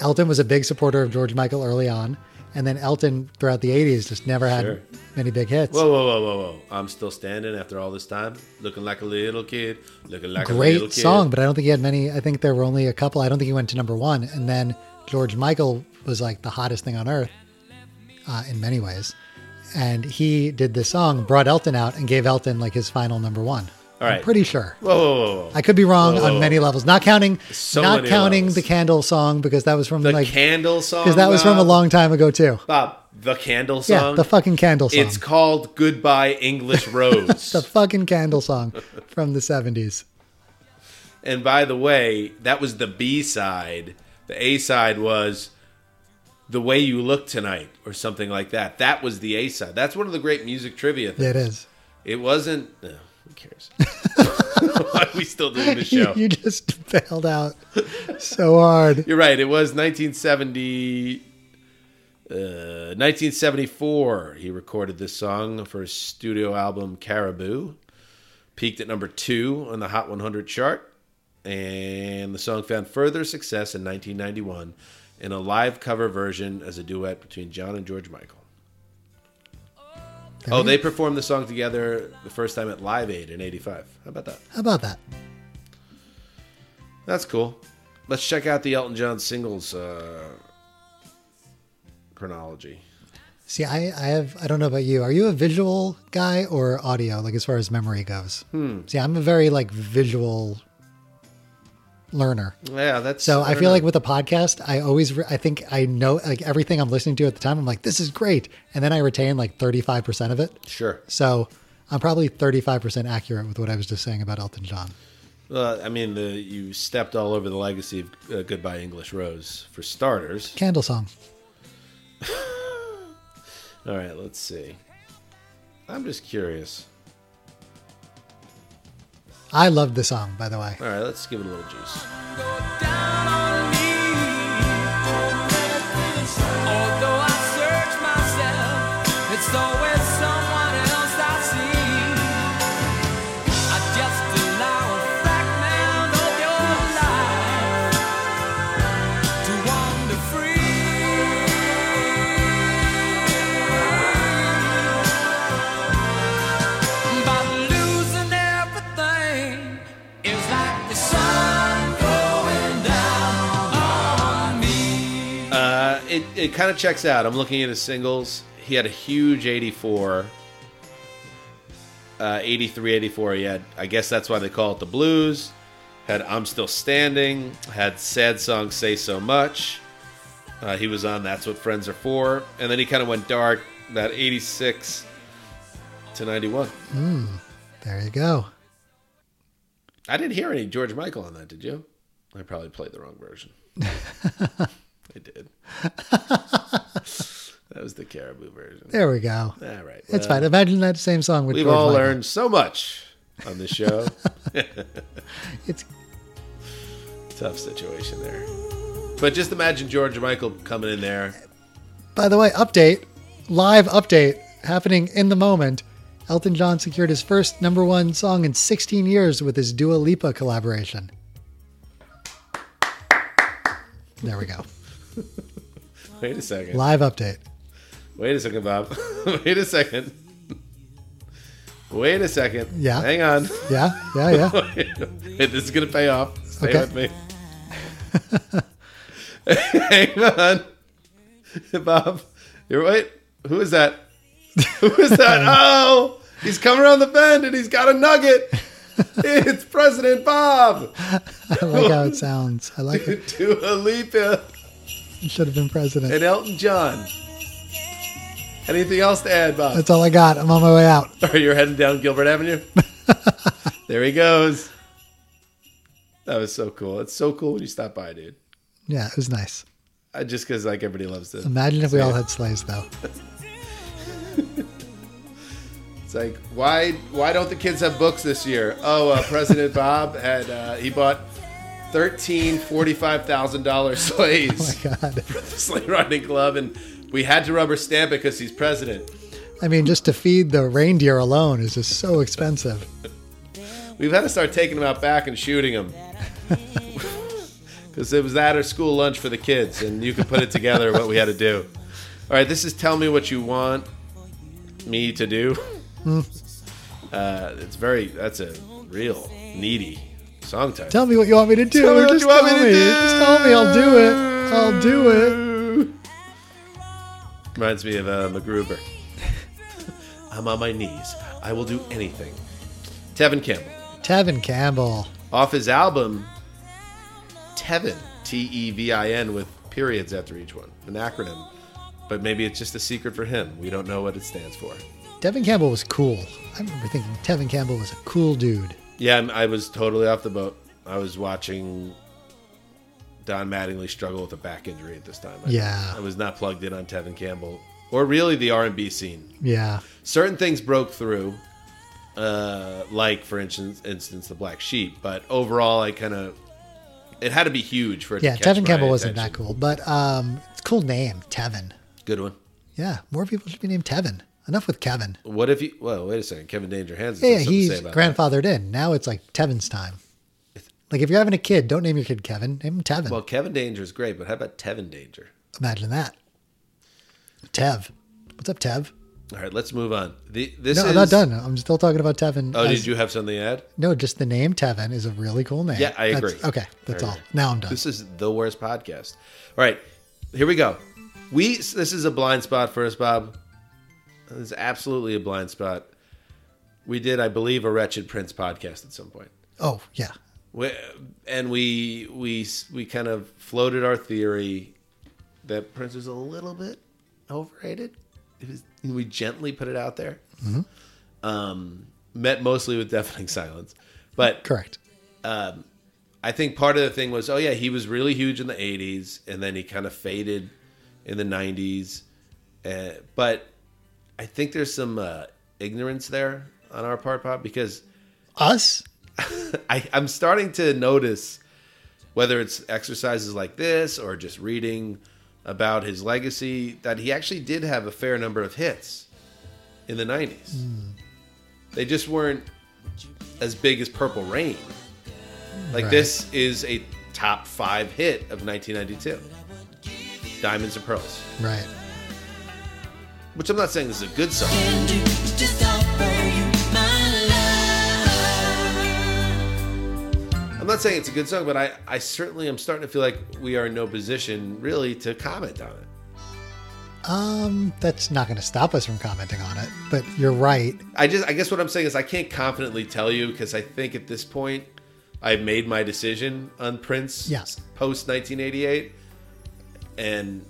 C: Elton was a big supporter of George Michael early on, and then Elton throughout the '80s just never had
B: Sure.
C: many big hits.
B: Whoa, whoa, whoa, whoa, whoa! I'm still standing after all this time, looking like a little kid, looking like a little
C: Great
B: kid.
C: song, but I don't think he had many. I think there were only a couple. I don't think he went to number one. And then George Michael was like the hottest thing on earth uh, in many ways. And he did this song, brought Elton out, and gave Elton like his final number one.
B: All
C: I'm
B: right.
C: pretty sure.
B: Whoa, whoa, whoa, whoa!
C: I could be wrong
B: Whoa, whoa,
C: on many levels. Not counting,
B: So
C: not
B: many
C: counting
B: levels.
C: the candle song because that was from
B: the
C: like
B: candle song
C: because that was from a
B: Bob.
C: long time ago too.
B: Bob. The candle
C: Yeah,
B: song.
C: the fucking candle song.
B: It's called Goodbye English Rose.
C: the fucking candle song from the seventies.
B: and by the way, that was the B side. The A side was The Way You Look Tonight or something like that. That was the A side. That's one of the great music trivia things.
C: It is.
B: It wasn't. No, who cares? Why are we still doing this show?
C: you just failed out so hard.
B: You're right. It was 1970. Uh, 1974, he recorded this song for his studio album Caribou. Peaked at number two on the Hot 100 chart. And the song found further success in 1991 in a live cover version as a duet between John and George Michael. Oh, they performed the song together the first time at Live Aid in 85. How about that?
C: How about that?
B: That's cool. Let's check out the Elton John singles uh, chronology.
C: See, I, I have I don't know about you. Are you a visual guy or audio? Like as far as memory goes. Hmm. See, I'm a very like visual learner.
B: Yeah, that's.
C: So I,
B: don't
C: feel
B: know.
C: like with a podcast, I always re- I think I know like everything I'm listening to at the time. I'm like, this is great, and then I retain like 35 percent of it.
B: sure.
C: So I'm probably 35 percent accurate with what I was just saying about Elton John.
B: Well, I mean, the, you stepped all over the legacy of uh, Goodbye English Rose for starters.
C: Candle song.
B: All right, let's see. I'm just curious.
C: I love the song, by the way.
B: All right, let's give it a little juice.
D: Although I search myself, it's always someone else I see. I just allow a fragment of your life to wander free. But losing everything is like the sun going down on me.
B: Uh, it it kind of checks out. I'm looking at his singles. He had a huge 84. Uh, 83, 84. He had, I guess that's why they call it the blues. Had I'm Still Standing. Had Sad Song Say So Much. Uh, he was on That's What Friends Are For. And then he kind of went dark, that 86 to 91.
C: There you go.
B: I didn't hear any George Michael on that, did you? I probably played the wrong version. I did. that was the Caribou version.
C: There we go.
B: All right.
C: It's
B: well,
C: fine. Imagine that same song with
B: We've
C: George
B: all
C: Michael.
B: learned so much on this show.
C: It's
B: Tough situation there. But just imagine George Michael coming in there.
C: By the way, update, live update happening in the moment. Elton John secured his first number one song in 16 years with his Dua Lipa collaboration. There we go.
B: Wait a second.
C: Live update.
B: Wait a second, Bob. Wait a second. Wait a second.
C: Yeah.
B: Hang on.
C: Yeah, yeah, yeah.
B: this is gonna pay off. Stay
C: Okay.
B: with me. Hang on, Bob. You're right. Who is that? Who is that? oh, he's coming around the bend and he's got a nugget. It's President Bob.
C: I like how it sounds. I like it.
B: Dua Lipa
C: It should have been president.
B: and Elton John. Anything else to add, Bob?
C: That's all I got. I'm on my way out.
B: Or you're heading down Gilbert Avenue. there he goes. That was so cool. It's so cool when you stop by, dude.
C: Yeah, it was nice.
B: I, just because like everybody loves this.
C: Imagine if we all had slaves, though.
B: It's like why why don't the kids have books this year? Oh, uh, President Bob had uh, he bought thirteen forty five thousand dollar
C: Oh My
B: sleighs
C: God.
B: for the sleigh riding club, and we had to rubber stamp it because he's president.
C: I mean, just to feed the reindeer alone is just so expensive.
B: We've had to start taking him out back and shooting him. Because it was that or school lunch for the kids, and you can put it together what we had to do. All right, this is Tell Me What You Want Me to Do. uh, it's very, that's a real needy song title.
C: Tell me what you want me to do.
B: Tell me what
C: just
B: you want
C: tell
B: me to do.
C: Just tell me. I'll do it. I'll do it.
B: Reminds me of uh, MacGruber. I'm on my knees. I will do anything. Tevin Campbell.
C: Tevin Campbell.
B: off his album Tevin, T E V I N, with periods after each one, an acronym. But maybe it's just a secret for him. We don't know what it stands for.
C: Tevin Campbell was cool. I remember thinking Tevin Campbell was a cool dude.
B: Yeah, I'm- I was totally off the boat. I was watching Don Mattingly struggle with a back injury at this time. I-
C: Yeah.
B: I was not plugged in on Tevin Campbell or really the R&B scene.
C: Yeah.
B: certain things broke through uh like for instance instance the black sheep but overall i kind of it had to be huge for it
C: Yeah,
B: to catch
C: Tevin
B: my
C: Campbell wasn't that
B: attention.
C: cool, but um, it's a cool name, Tevin.
B: good one
C: Yeah, more people should be named Tevin. Enough with Kevin.
B: what if you well wait a second kevin danger hands has
C: Yeah, yeah
B: something to say
C: he's
B: about
C: grandfathered in. Now it's like Tevin's time. Like if you're having a kid, don't name your kid Kevin. Name him Tevin.
B: that. well kevin danger is great but how about tevin danger
C: Imagine that. Tev. What's up, Tev?
B: All right, let's move on. The, this
C: No,
B: is
C: I'm not done. I'm still talking about Tevin.
B: Oh,
C: as-
B: did you have something to add?
C: No, just the name Tevin is a really cool name.
B: Yeah, I
C: That's-
B: agree.
C: okay, that's
B: I
C: all.
B: agree.
C: Now I'm done.
B: This is the worst podcast. All right, here we go. We this is a blind spot for us, Bob. This is absolutely a blind spot. We did, I believe, a Wretched Prince podcast at some point.
C: oh yeah,
B: We, and we we we kind of floated our theory that Prince was a little bit overrated. It was, we gently put it out there. Um, met mostly with deafening silence, but
C: correct.
B: I think part of the thing was, oh yeah, he was really huge in the '80s, and then he kind of faded in the '90s. Uh, but I think there's some uh, ignorance there on our part, Pop, because
C: Us?
B: I, I'm starting to notice whether it's exercises like this or just reading about his legacy that he actually did have a fair number of hits in the 90s. They just weren't as big as Purple Rain. Like
C: Right.
B: this is a top 5 hit of 1992. Diamonds and Pearls,
C: Right.
B: which I'm not saying this is a good song.
G: can do is just offer you my love.
B: I'm not saying it's a good song, but I, I certainly am starting to feel like we are in no position really to comment on it.
C: Um, that's not going to stop us from commenting on it, but you're right.
B: I just I guess what I'm saying is I can't confidently tell you because I think at this point I've made my decision on Prince
C: Yes.
B: post 1988 and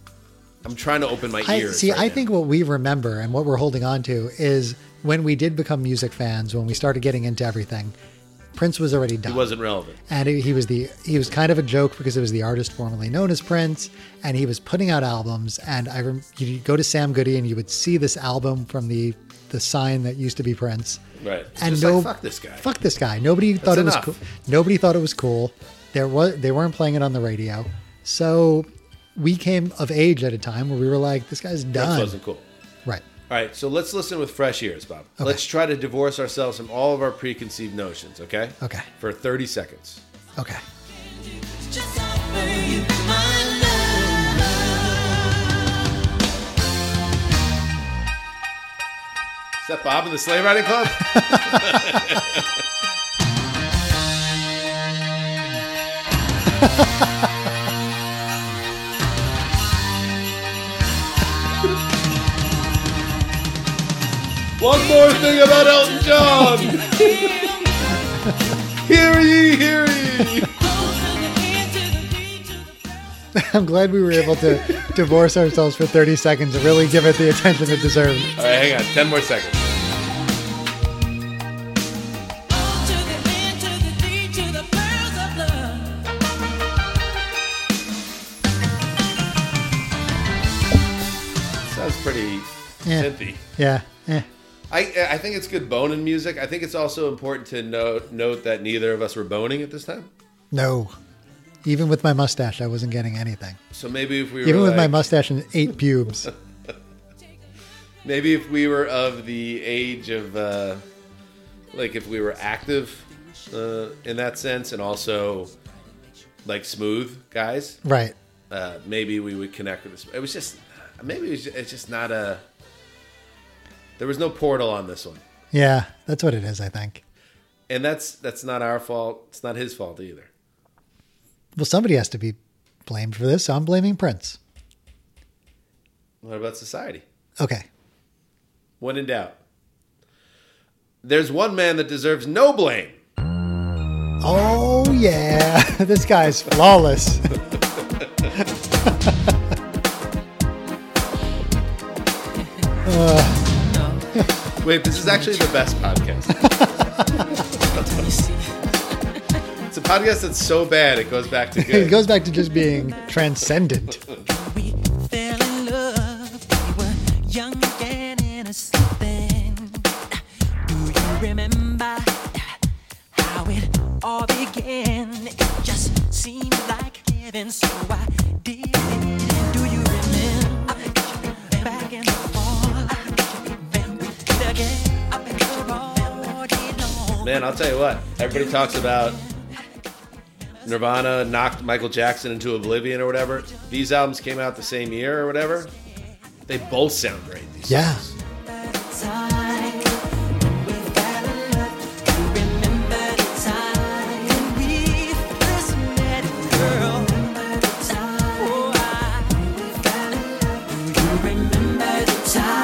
B: I'm trying to open my
C: I
B: ears.
C: see.
B: right
C: I
B: now.
C: think what we remember and what we're holding on to is when we did become music fans, when we started getting into everything, Prince was already done.
B: it wasn't relevant.
C: and he he was the he was kind of a joke because it was the artist formerly known as Prince, and he was putting out albums. And I rem- you'd go to Sam Goody and you would see this album from the the sign that used to be Prince.
B: Right.
C: And
B: Just
C: no,
B: like, fuck this guy.
C: Fuck this guy. Nobody thought it
B: enough.
C: was cool. Nobody thought it was cool. There was they weren't playing it on the radio, so we came of age at a time where we were like, this guy's
B: Prince
C: done.
B: wasn't cool.
C: Right.
B: All right, so let's listen with fresh ears, Bob. Let's try to divorce ourselves from all of our preconceived notions, okay?
C: Okay.
B: For 30 seconds.
C: Okay.
G: Just offer you my love.
B: Is that Bob in the Sleigh Riding Club? One more thing about Elton John. hear ye, hear ye.
C: I'm glad we were able to divorce ourselves for 30 seconds and really give it the attention it deserved.
B: All right, hang on, ten more seconds.
G: To the end, to the three, to the pearls of love.
B: Sounds pretty
C: Yeah.
B: synthy.
C: Yeah. Eh.
B: I I think it's good boning music. I think it's also important to note note that neither of us were boning at this time.
C: No. Even with my mustache, I wasn't getting anything.
B: So maybe if we were
C: Even with my
B: like-
C: mustache and eight pubes.
B: Maybe if we were of the age of, uh, like, if we were active uh, in that sense, and also like smooth guys,
C: right.
B: uh, maybe we would connect with this. It was just, maybe it was just, it's just not a. There was no portal on this one,
C: Yeah. That's what it is, I think.
B: and that's that's not our fault. It's not his fault either.
C: Well, somebody has to be blamed for this. So I'm blaming Prince.
B: What about society?
C: Okay.
B: When in doubt, there's one man that deserves no blame.
C: Oh, yeah. this guy's flawless.
B: Wait, this is actually the best podcast. it's a podcast that's so bad it goes back to
C: it
B: good.
C: goes back to just being transcendent.
G: We fell in love. We were young again innocent then. Do you remember how it all began? It just seemed like heaven, so I did it. Do you remember? Back in the fall. Then we did again. All day long.
B: Man, I'll tell you what. Everybody talks about Nirvana knocked Michael Jackson into oblivion or whatever. These albums came out the same year or whatever. They both sound great. These
C: Yeah.
B: songs.
G: time when we've got enough. You remember the time when we first met, girl. Remember the time. Oh, I we've got enough. You remember the time.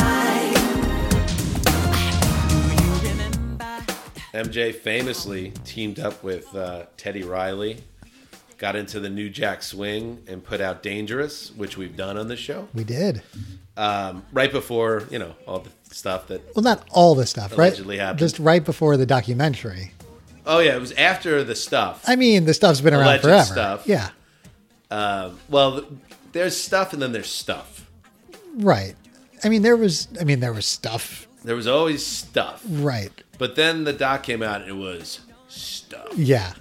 G: Do you remember?
B: MJ famously teamed up with uh, Teddy Riley, got into the New Jack Swing, and put out Dangerous, which we've done on this show.
C: We did.
B: Um, right before, you know, all the stuff that.
C: Well, not all the stuff,
B: Allegedly
C: right?
B: happened.
C: Just right before the documentary.
B: Oh, yeah, it was after the stuff.
C: I mean, the stuff's been around
B: Alleged
C: forever.
B: stuff.
C: Yeah,
B: well, th- there's stuff and then there's stuff.
C: right. I mean, there was. I mean, there was stuff.
B: There was always stuff.
C: Right.
B: But then the doc came out and it was stuff.
C: Yeah.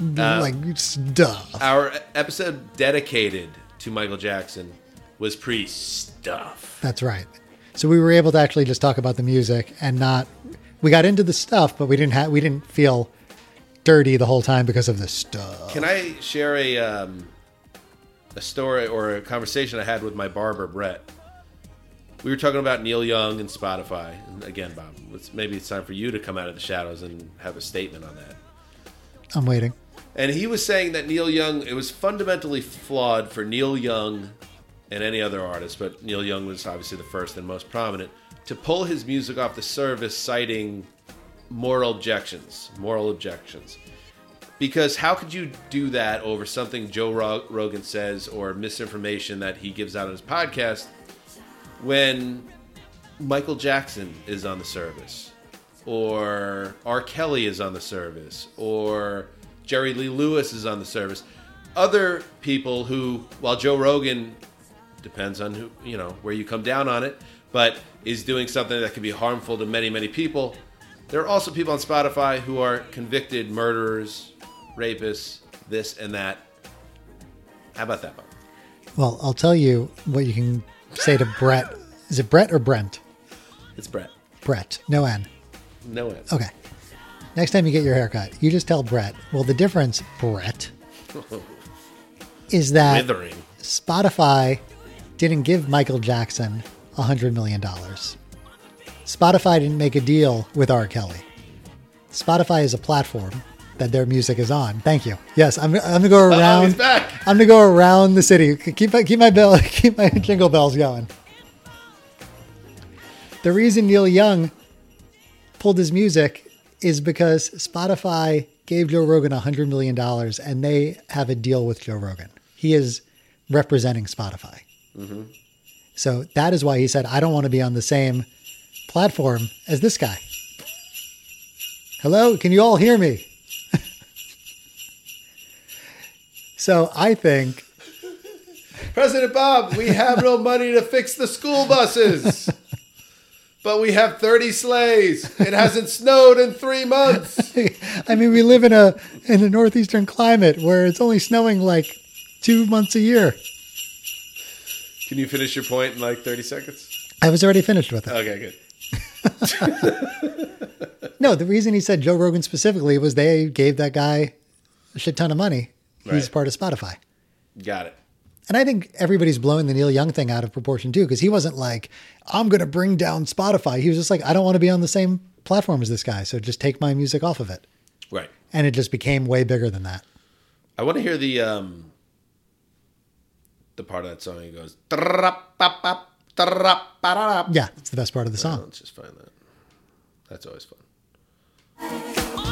C: like stuff.
B: Our episode dedicated to Michael Jackson was pre stuff.
C: That's right. So we were able to actually just talk about the music and not. We got into the stuff, but we didn't have. We didn't feel dirty the whole time because of the stuff.
B: Can I share a um, a story or a conversation I had with my barber Brett? We were talking about Neil Young and Spotify, and again, Bob, it's, maybe it's time for you to come out of the shadows and have a statement on that.
C: I'm waiting.
B: And he was saying that Neil Young, it was fundamentally flawed for Neil Young and any other artist, but Neil Young was obviously the first and most prominent, to pull his music off the service citing moral objections. Moral objections. Because how could you do that over something Joe Rog- Rogan says or misinformation that he gives out on his podcast when Michael Jackson is on the service, or R. Kelly is on the service, or Jerry Lee Lewis is on the service. Other people who, while Joe Rogan depends on who you know where you come down on it, but is doing something that could be harmful to many many people. There are also people on Spotify who are convicted murderers, rapists, this and that. How about that? Bob?
C: Well, I'll tell you what you can say to Brett. Is it Brett or Brent?
B: It's Brett.
C: Brett. No N.
B: No end.
C: Okay. Next time you get your haircut, you just tell Brett. Well, the difference, Brett, is that
B: Withering.
C: Spotify didn't give Michael Jackson $100 million. Spotify didn't make a deal with R. Kelly. Spotify is a platform that their music is on. Thank you. Yes, I'm, I'm going to go
B: Oh,
C: around.
B: he's back.
C: I'm gonna go around the city. Keep my, keep my bell, keep my jingle bells going. The reason Neil Young pulled his music is because Spotify gave Joe Rogan hundred million dollars, and they have a deal with Joe Rogan. He is representing Spotify, so that is why he said, "I don't want to be on the same platform as this guy." Hello, can you all hear me? So I think
B: President Bob, we have no money to fix the school buses. But we have 30 sleighs. It hasn't snowed in three months.
C: I mean, we live in a in a northeastern climate where it's only snowing like two months a year.
B: Can you finish your point in like 30 seconds?
C: I was already finished with it.
B: Okay, good.
C: No, the reason he said Joe Rogan specifically was they gave that guy a shit ton of money. He's
B: Right.
C: part of Spotify.
B: Got it.
C: And I think everybody's blowing the Neil Young thing out of proportion too, because he wasn't like, I'm going to bring down Spotify. He was just like, I don't want to be on the same platform as this guy. So just take my music off of it.
B: Right.
C: And it just became way bigger than that.
B: I want to hear the um the part of that song he goes "Tra-ra-pa-pa, tra-ra-pa-ra-ra."
C: Yeah, it's the best part of the song.
B: Oh, Let's just find that. That's always fun.
G: On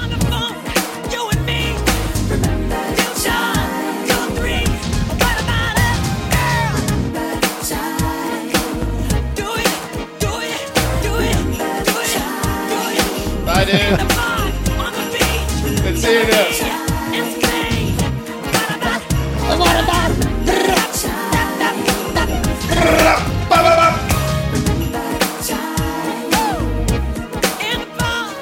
G: the phone, you and me. Remember you, John. You three. What about us, girl? Do it, do it, do it, do it, do it.
B: Bye,
G: The
B: dude.
G: bar on the beach.
B: Good seeing you.
G: It's great. What about? What about? In the bar.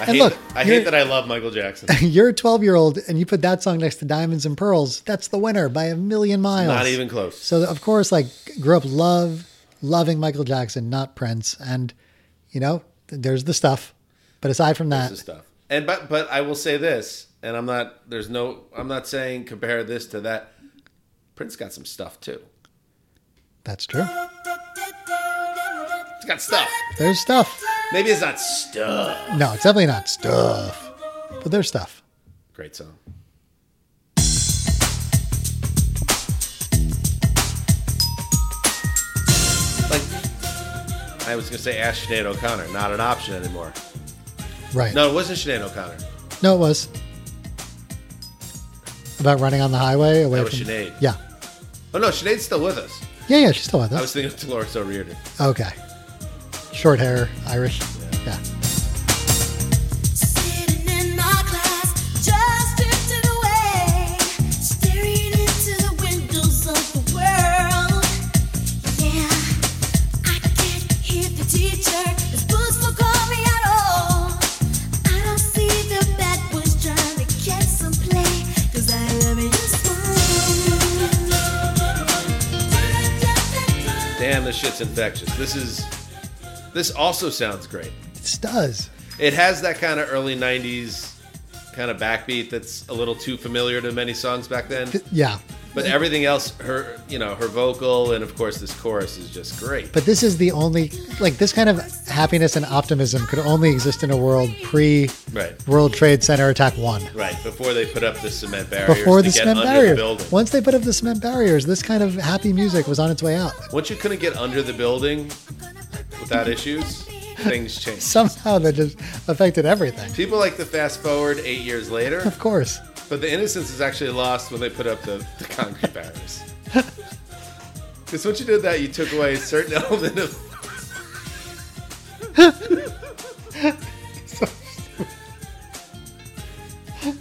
B: I hate,
C: look,
B: I
C: you're-
B: hate that I love Michael Jackson.
C: you're a 12 year old and you put that song next to Diamonds and Pearls, that's the winner by a million miles.
B: Not even close.
C: So, of course, like, grew up love, loving Michael Jackson, not Prince. And, you know, th- there's the stuff. But aside from that,
B: of stuff. And but but I will say this, and I'm not there's no I'm not saying compare this to that. Prince got some stuff too.
C: that's true.
B: It's got stuff.
C: There's stuff.
B: Maybe it's not stuff.
C: No, it's definitely not stuff, but there's stuff.
B: Great song. Like, I was gonna say, ask Sinead O'Connor. Not an option anymore.
C: Right.
B: No, it wasn't Sinead O'Connor.
C: No, it was. About running on the highway away
B: That was
C: from.
B: Sinead.
C: Yeah.
B: Oh no, Sinead's still with us.
C: Yeah, yeah, she's still with
B: I
C: us.
B: was thinking of Dolores O'Riordan.
C: okay. Short hair, Irish. Yeah.
H: Sitting in my class, just drifting away, staring into the windows of the world. Yeah, I can't hear the teacher. His boots won't call me at all. I don't see the bad boys trying to get some play, 'cause I love you so.
B: Damn, this shit's infectious. This is. This also sounds great.
C: It does.
B: It has that kind of early '90s kind of backbeat that's a little too familiar to many songs back then.
C: Th- Yeah.
B: But everything else, her, you know, her vocal and of course this chorus is just great.
C: But this is the only, like, this kind of happiness and optimism could only exist in a world pre
B: right,
C: World Trade Center Attack 1.
B: right. Before they put up the cement barriers
C: Before
B: to
C: the
B: get
C: cement
B: under the building.
C: barriers. Once they put up the cement barriers, this kind of happy music was on its way out.
B: Once you couldn't get under the building without issues, things changed.
C: Somehow that just affected everything.
B: People like to fast forward eight years later,
C: Of course.
B: but the innocence is actually lost when they put up the, the concrete barriers. Because once you did that, you took away a certain element of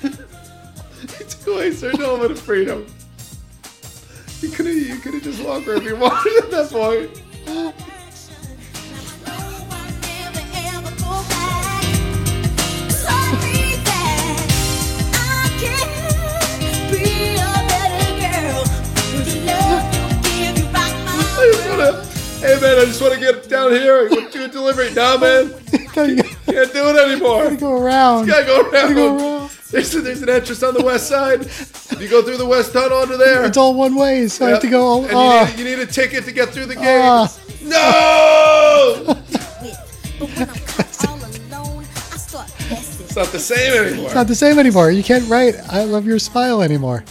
B: you took away a certain element of freedom. You could have you could have just walked wherever you wanted at that point. I just wanna, hey man, I just wanna get down here. What you delivery? Nah, man,
C: Gotta
B: can't do it anymore.
C: go around.
B: Gotta go around.
C: go around.
B: There's, there's an entrance on the west side. If you go through the west tunnel under there,
C: It's all one way, so I have to go all.
B: And you,
C: ah,
B: need, you need a ticket to get through the gate.
C: ah.
B: No, it's
H: It's
B: not the same anymore.
C: It's not the same anymore. You can't write "I love your smile" anymore.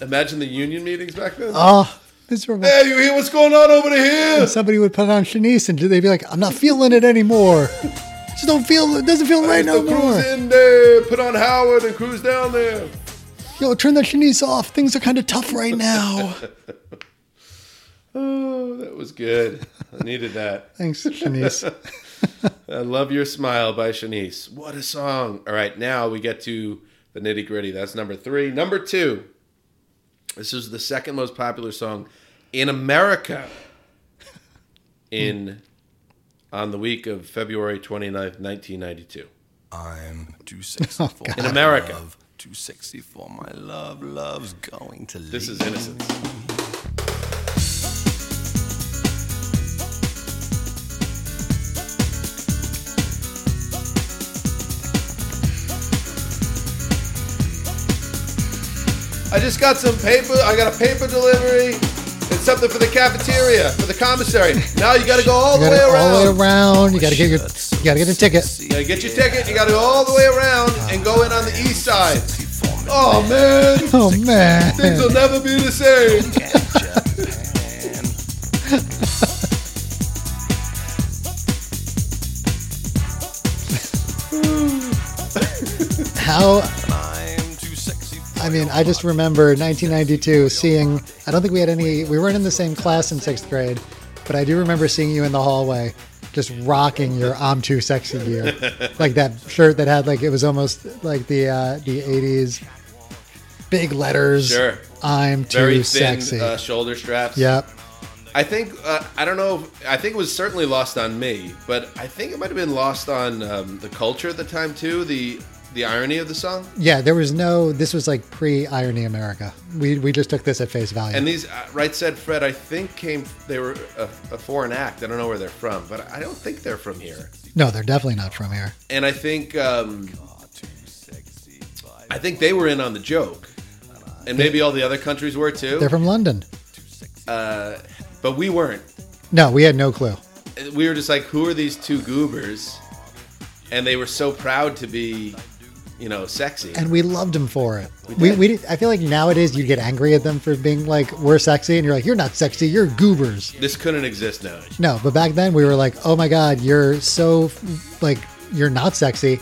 B: Imagine the union meetings back then.
C: Ah, miserable.
B: hey, you hear what's going on over here?
C: Somebody would put on Shanice, and they'd be like, "I'm not feeling it anymore. Just don't feel. It doesn't feel right no
B: Mr.
C: more.
B: Cruise in there. Put on Howard and cruise down there.
C: Yo, turn that Shanice off. Things are kind of tough right now." Ah.
B: Oh, that was good. I needed that.
C: Thanks, Shanice.
B: I Uh, Love Your Smile by Shanice. What a song. All right, now we get to the nitty gritty. That's number three. Number two, this is the second most popular song in America in on the week of February 29th, 1992.
I: I'm too sexy for
C: God.
I: my
B: In America.
I: love. Too sexy for my love. Love's going to leave.
B: This is Innocence. I just got some paper. I got a paper delivery and something for the cafeteria, for the commissary. Now you gotta go all the
C: You got
B: way
C: to all the
B: around.
C: way around. You got to get your. You got to get a ticket.
B: You gotta get your ticket. You gotta go all the way around and go in on the east side.
I: For me.
B: Oh man,
C: Oh man.
B: things will never be the same.
I: Japan.
C: How
I: I'm too sexy for
C: I mean, I just remember 1992 seeing. I don't think we had any. We weren't in the same class in sixth grade, but I do remember seeing you in the hallway, just rocking your "I'm too sexy" gear, like that shirt that had like it was almost like the uh, the 80s big letters.
B: Sure.
C: I'm too
B: Very thin
C: sexy.
B: uh, shoulder straps.
C: yep.
B: I think uh, I don't know. if- I think it was certainly lost on me, but I think it might have been lost on um, the culture at the time too. The the irony of the song
C: Yeah. There was no. This was like pre Irony America. We we just took this at face value.
B: and these uh, right said Fred. I think came they were a, a foreign act. I don't know where they're from, but I don't think they're from here.
C: no, they're definitely not from here.
B: And I think um, I think they were in on the joke, and maybe all the other countries were
C: They're
B: too.
C: from London.
B: But we weren't.
C: No, we had no clue.
B: we were just like, who are these two goobers? And they were so proud to be, you know, sexy.
C: and we loved him for it. We, we, did- I feel like nowadays you'd get angry at them for being like we're sexy, and you're like you're not sexy, you're goobers.
B: this couldn't exist now.
C: No, but back then we were like, oh my god, you're so like you're not sexy,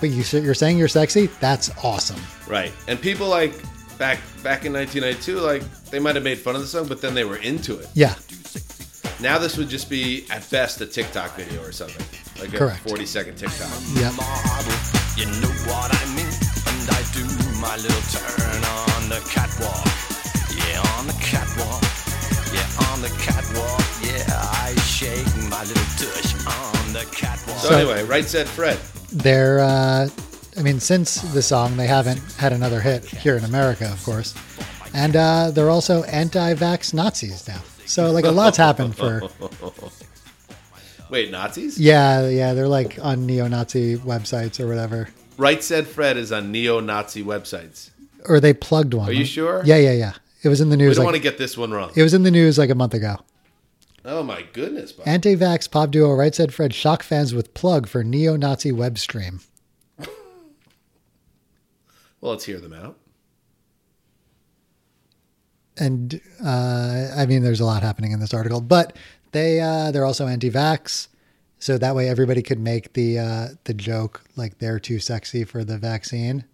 C: but you you're saying you're sexy. That's awesome.
B: Right. And people like back back in 1992, like they might have made fun of the song, but then they were into it.
C: Yeah,
B: Now this would just be at best a TikTok video or something, like a
C: Correct.
B: 40 second TikTok.
C: yeah.
I: model. You know what I mean? And I do my little turn on the catwalk. Yeah, on the catwalk. Yeah, on the catwalk. Yeah, I shake my little tush on the catwalk.
B: So,
C: So-
B: anyway, right said Fred.
C: They're, uh, I mean, since the song, they haven't had another hit here in America, of course, and uh, they're also anti-vax Nazis now. So like a lot's happened for
B: Wait, Nazis?
C: yeah, yeah. They're like on neo-Nazi websites or whatever.
B: Right said Fred is on neo-Nazi websites.
C: or they plugged one.
B: Are you sure?
C: Yeah, yeah, yeah. It was in the
B: We
C: news.
B: don't
C: Like,
B: want to get this one wrong.
C: It was in the news like a month ago.
B: Oh my goodness, Bob.
C: Anti-vax pop duo Right Said Fred shock fans with plug for neo-Nazi web stream.
B: Well, let's hear them out.
C: And uh, I mean, there's a lot happening in this article, but they uh, they're also anti-vax, so that way everybody could make the uh, the joke like they're too sexy for the vaccine.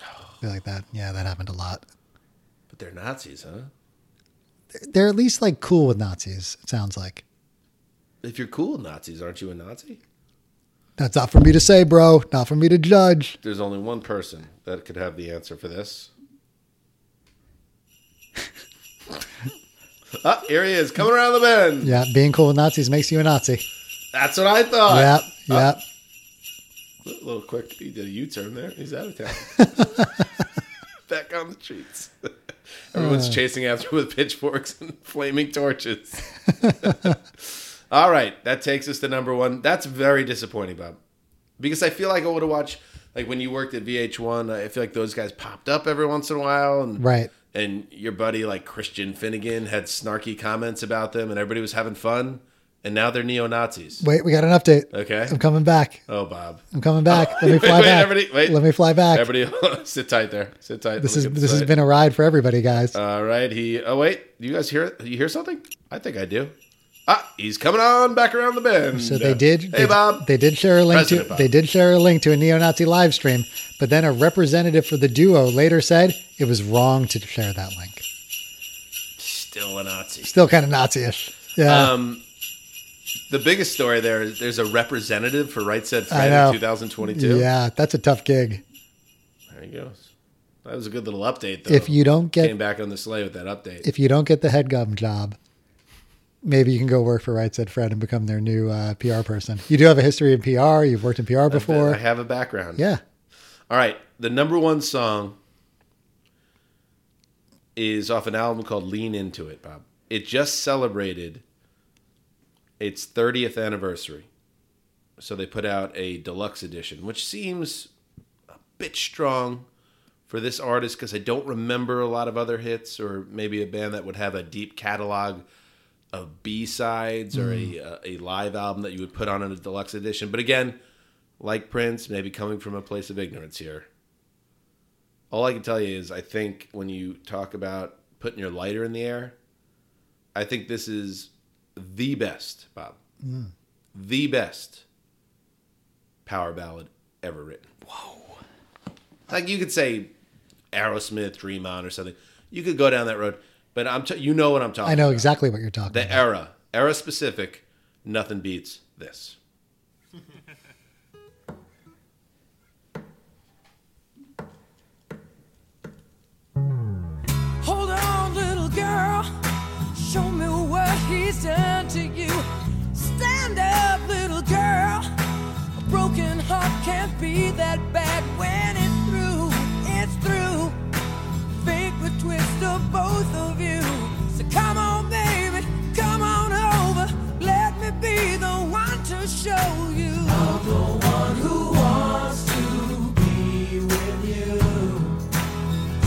C: I feel like that. Yeah, that happened a lot.
B: But they're Nazis, huh?
C: They're at least like cool with Nazis. It sounds like
B: If you're cool with Nazis, aren't you a Nazi?
C: that's not for me to say, bro. Not for me to judge.
B: There's only one person that could have the answer for this. Ah, here he is, coming around the bend.
C: Yeah, being cool with Nazis makes you a Nazi.
B: That's what I thought.
C: Yep, yep.
B: A little quick, he did a U-turn there. He's out of town. Back on the streets.
C: Uh.
B: Everyone's chasing after him with pitchforks and flaming torches. All right, that takes us to number one. That's very disappointing, Bob, because I feel like I would have watched like when you worked at VH1. I feel like those guys popped up every once in a while, and
C: Right.
B: and your buddy like Christian Finnegan had snarky comments about them, and everybody was having fun. And now they're neo Nazis.
C: Wait, we got an update.
B: Okay.
C: I'm coming back.
B: Oh, Bob.
C: I'm coming back. Let me
B: Wait,
C: fly
B: wait,
C: back.
B: everybody, wait.
C: Let me fly back.
B: Everybody, sit tight there. Sit tight.
C: this
B: Look
C: is
B: at the
C: this has
B: site.
C: been a ride for everybody, guys.
B: All right. He. Oh wait. Do you guys hear? it? You hear something? I think I do. Ah, he's coming on back around the bend.
C: so they did.
B: Hey,
C: they,
B: Bob.
C: They did share a link
B: President
C: to.
B: Bob.
C: They did share a link to a neo-Nazi live stream, but then a representative for the duo later said it was wrong to share that link.
B: Still a Nazi.
C: Still kind of Nazi-ish. Yeah.
B: Um, the biggest story there is there's a representative for Right Said
C: I
B: Fred
C: know.
B: in 2022.
C: yeah, that's a tough gig.
B: There he goes. That was a good little update. Though.
C: If you don't get
B: Oh, came back on the sleigh with that update.
C: if you don't get the headgum job, maybe you can go work for Right Said Fred and become their new uh, PR person. You do have a history in PR. You've worked in PR before.
B: I have a background.
C: yeah.
B: All right. The number one song is off an album called Lean Into It, Bob. It just celebrated its 30th anniversary. So they put out a deluxe edition, which seems a bit strong for this artist because I don't remember a lot of other hits or maybe a band that would have a deep catalog of B-sides or
C: Hmm.
B: a, a a live album that you would put on in a deluxe edition. But again, like Prince, maybe coming from a place of ignorance here. All I can tell you is I think when you talk about putting your lighter in the air, I think this is the best, Bob.
C: Hmm.
B: The best power ballad ever written. Whoa. Like you could say Aerosmith, Dream On or something. You could go down that road, but I'm t- you know what I'm talking
C: I know
B: about.
C: exactly what you're talking
B: The
C: about.
B: era, era specific, nothing beats this.
D: Hold on, little girl. Show me what he's done to you. Stand up, little girl. A broken heart can't be that bad when it's through. It's through. Fake the twist of both of you. So come on, baby. Come on over. Let me be the one to show you. I'm the one who wants to be with you.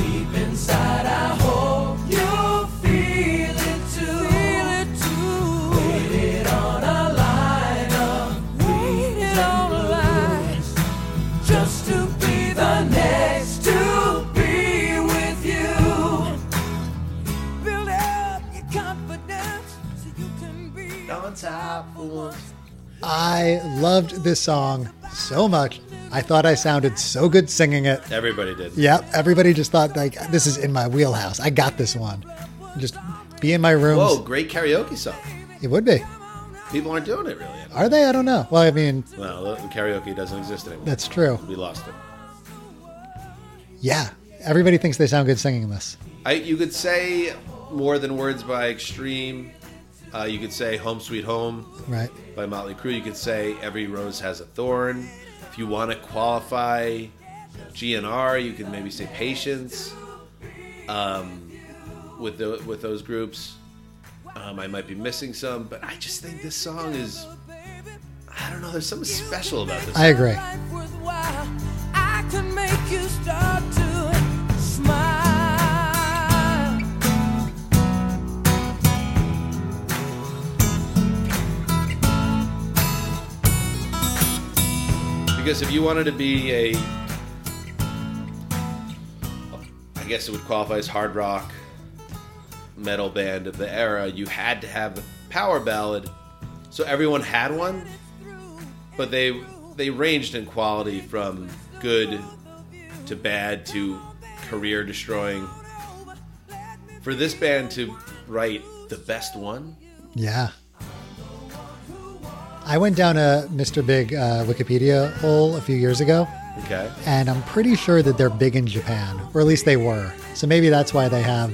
D: Deep inside, I hope you feel it too. Feel it too. Waited on a lie
C: I loved this song so much. I thought I sounded so good singing it.
B: Everybody did.
C: Yep, everybody just thought like this is in my wheelhouse. I got this one. Just be in my rooms.
B: Whoa, great karaoke song.
C: It would be.
B: People aren't doing it really. Anymore.
C: Are they? I don't know. Well, I mean,
B: No, karaoke doesn't exist anymore.
C: that's true.
B: we lost it.
C: Yeah. Everybody thinks they sound good singing this.
B: I, you could say more than words by Extreme. Uh, you could say Home Sweet Home
C: Right.
B: by Motley Crue. You could say Every Rose Has a Thorn. If you want to qualify GNR, you could maybe say Patience. Um, with the, with those groups, um, I might be missing some, but I just think this song is. I don't know. There's something special about this.
C: I agree.
D: life worthwhile. I can make you start to smile.
B: Because if you wanted to be a, I guess it would qualify as hard rock metal band of the era, you had to have the power ballad. So everyone had one, but they they ranged in quality from good to bad to career destroying. For this band to write the best one,
C: Yeah. I went down a Mr. Big uh, Wikipedia hole a few years ago,
B: okay,
C: and I'm pretty sure that they're big in Japan, or at least they were. So maybe that's why they have,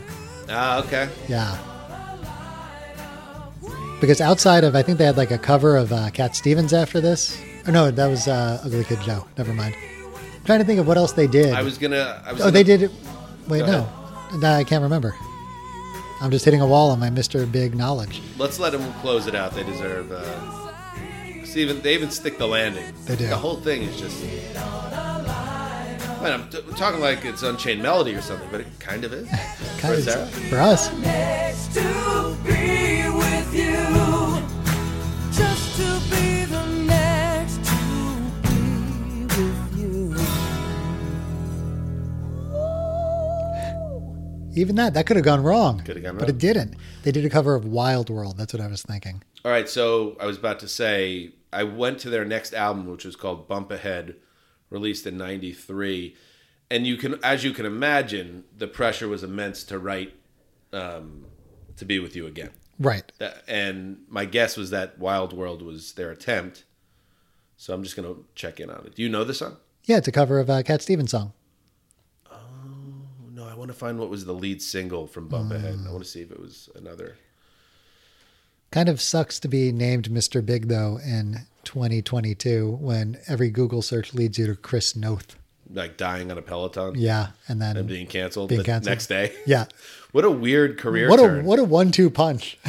B: ah, okay,
C: yeah. Because outside of, I think they had like a cover of uh, Cat Stevens after this. Or no, that was uh, Ugly Kid Joe. Never mind. I'm trying to think of what else they did.
B: I was gonna, I was
C: Oh,
B: gonna-
C: they did it. Wait,
B: Go
C: no. No, I can't remember. I'm just hitting a wall on my Mr. Big knowledge.
B: Let's let them close it out. They deserve. Uh, see, even they even stick the landing.
C: They do.
B: The whole thing is just. Man, I'm t- talking like it's Unchained Melody or something, but it kind of is.
C: Kind
B: Or
C: of-
B: is that-
C: for us.
D: Next to be with you. Just to be the next to be with you.
C: Even that, that could have gone wrong.
B: Could have gone
C: But
B: wrong.
C: it didn't. They did a cover of Wild World. That's what I was thinking.
B: All right, so I was about to say I went to their next album, which was called Bump Ahead, released in '93, and you can, as you can imagine, the pressure was immense to write um, "To Be With You Again."
C: Right.
B: That, and my guess was that Wild World was their attempt. So I'm just gonna check in on it. Do you know the song?
C: Yeah, it's a cover of a Cat Stevens song.
B: No, I want to find what was the lead single from Bump Ahead.
C: Mm.
B: I want to see if it was another.
C: Kind of sucks to be named Mr. Big, though, in 2022 when every Google search leads you to Chris Noth.
B: Like dying on a Peloton
C: Yeah. And then,
B: and being canceled
C: Being
B: the
C: canceled.
B: next day.
C: yeah.
B: What a weird career
C: What a,
B: turn.
C: what a one two punch.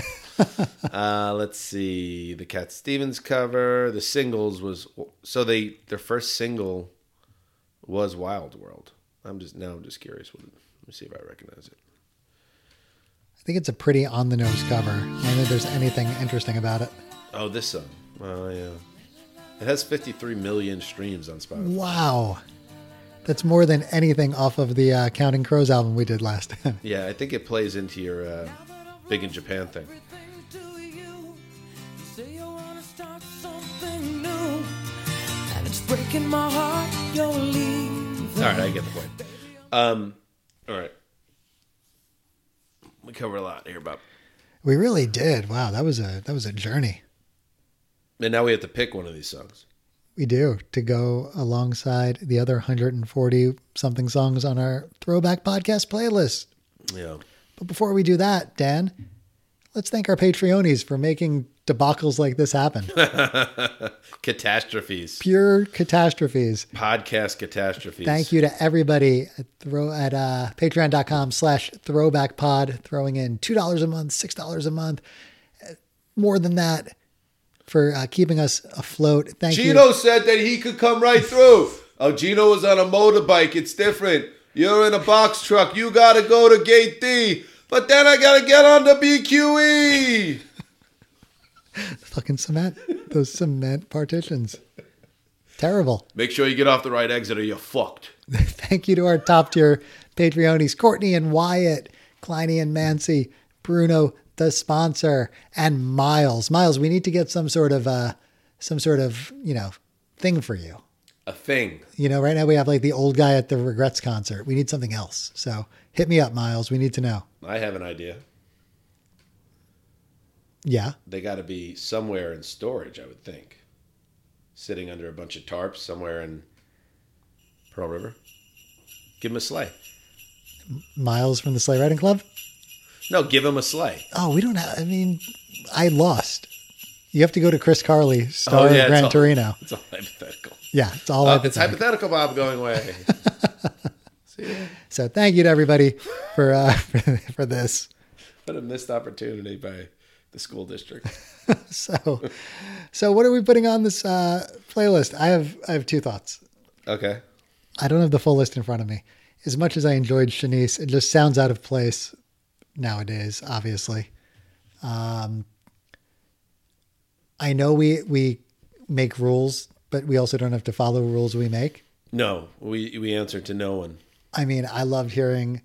B: Uh, let's see the Cat Stevens cover. The singles was so they their first single was Wild World. I'm just now I'm just curious. What, let me see if I recognize it.
C: I think it's a pretty on the nose cover. I don't think there's anything interesting about it.
B: Oh, this song. Oh yeah. It has 53 million streams on Spotify.
C: Wow. That's more than anything off of the uh, Counting Crows album we did last time.
B: Yeah, I think it plays into your uh, big in Japan thing.
D: Everything to you. You say you wanna start something new. And it's breaking my heart, you're leaving.
B: All right, I get the point. Um, all right. We cover a lot here, Bob.
C: We really did. Wow, that was a that was a journey.
B: And now we have to pick one of these songs.
C: We do to go alongside the other 140 something songs on our throwback podcast playlist.
B: Yeah.
C: But before we do that, Dan, let's thank our Patreonies for making debacles like this happen.
B: Catastrophes.
C: Pure catastrophes.
B: Podcast catastrophes.
C: Thank you to everybody at throw at uh, patreon.com slash throwback pod throwing in two dollars a month, six dollars a month, uh, more than that for uh, keeping us afloat. Thank
B: Gino
C: you.
B: said that he could come right through. Oh, Gino was on a motorbike. It's different. You're in a box truck. You got to go to gate D. But then I got to E. get on the BQE.
C: Fucking cement. Those cement partitions. Terrible.
B: Make sure you get off the right exit or you're fucked.
C: Thank you to our top tier Patreonies, Courtney and Wyatt, Kleiny and Mancy, Bruno, the sponsor, and Miles. Miles, we need to get some sort of uh, some sort of you know thing for you.
B: A thing.
C: You know, right now we have like the old guy at the Regrets concert. We need something else. So hit me up, Miles. We need to know.
B: I have an idea.
C: Yeah.
B: They got to be somewhere in storage, I would think. Sitting under a bunch of tarps somewhere in Pearl River. Give them a sleigh.
C: Miles from the Sleigh Riding Club.
B: No, give them a sleigh.
C: Oh, we don't have. I mean, I lost. You have to go to Chris Carly, star of Gran
B: Oh, it's all,
C: Torino.
B: It's all hypothetical.
C: Yeah, it's all
B: Uh,
C: I've
B: it's hypothetical, Bob, going away.
C: So thank you to everybody for uh, for, for this.
B: what a missed opportunity by the school district.
C: So, so what are we putting on this uh, playlist? I have I have two thoughts.
B: Okay.
C: I don't have the full list in front of me. As much as I enjoyed Shanice, it just sounds out of place nowadays. Obviously, um, I know we we make rules, but we also don't have to follow rules we make.
B: No, we, we answer to no one.
C: I mean, I loved hearing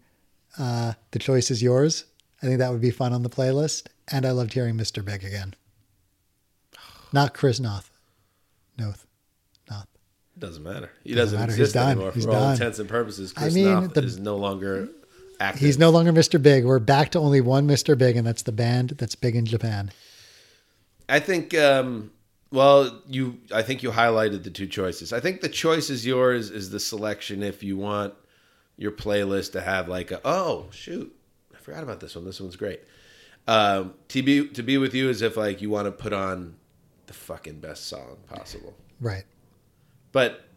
C: uh, The Choice Is Yours. I think that would be fun on the playlist. And I loved hearing Mr. Big again. Not Chris Noth. Noth. Noth.
B: Doesn't matter. He doesn't,
C: matter. He's
B: exist
C: done.
B: anymore.
C: He's
B: For all
C: done.
B: intents and purposes, Chris
C: mean,
B: Knopf
C: the-
B: is no longer active.
C: He's no longer Mr. Big. We're back to only one Mr. Big, and that's the band that's big in Japan.
B: I think. Um, well, you. I think you highlighted the two choices. I think the choice is yours. Is the selection if you want your playlist to have like a oh shoot I forgot about this one. This one's great. Um, to be to be with you is if like you want to put on the fucking best song possible,
C: Right.
B: but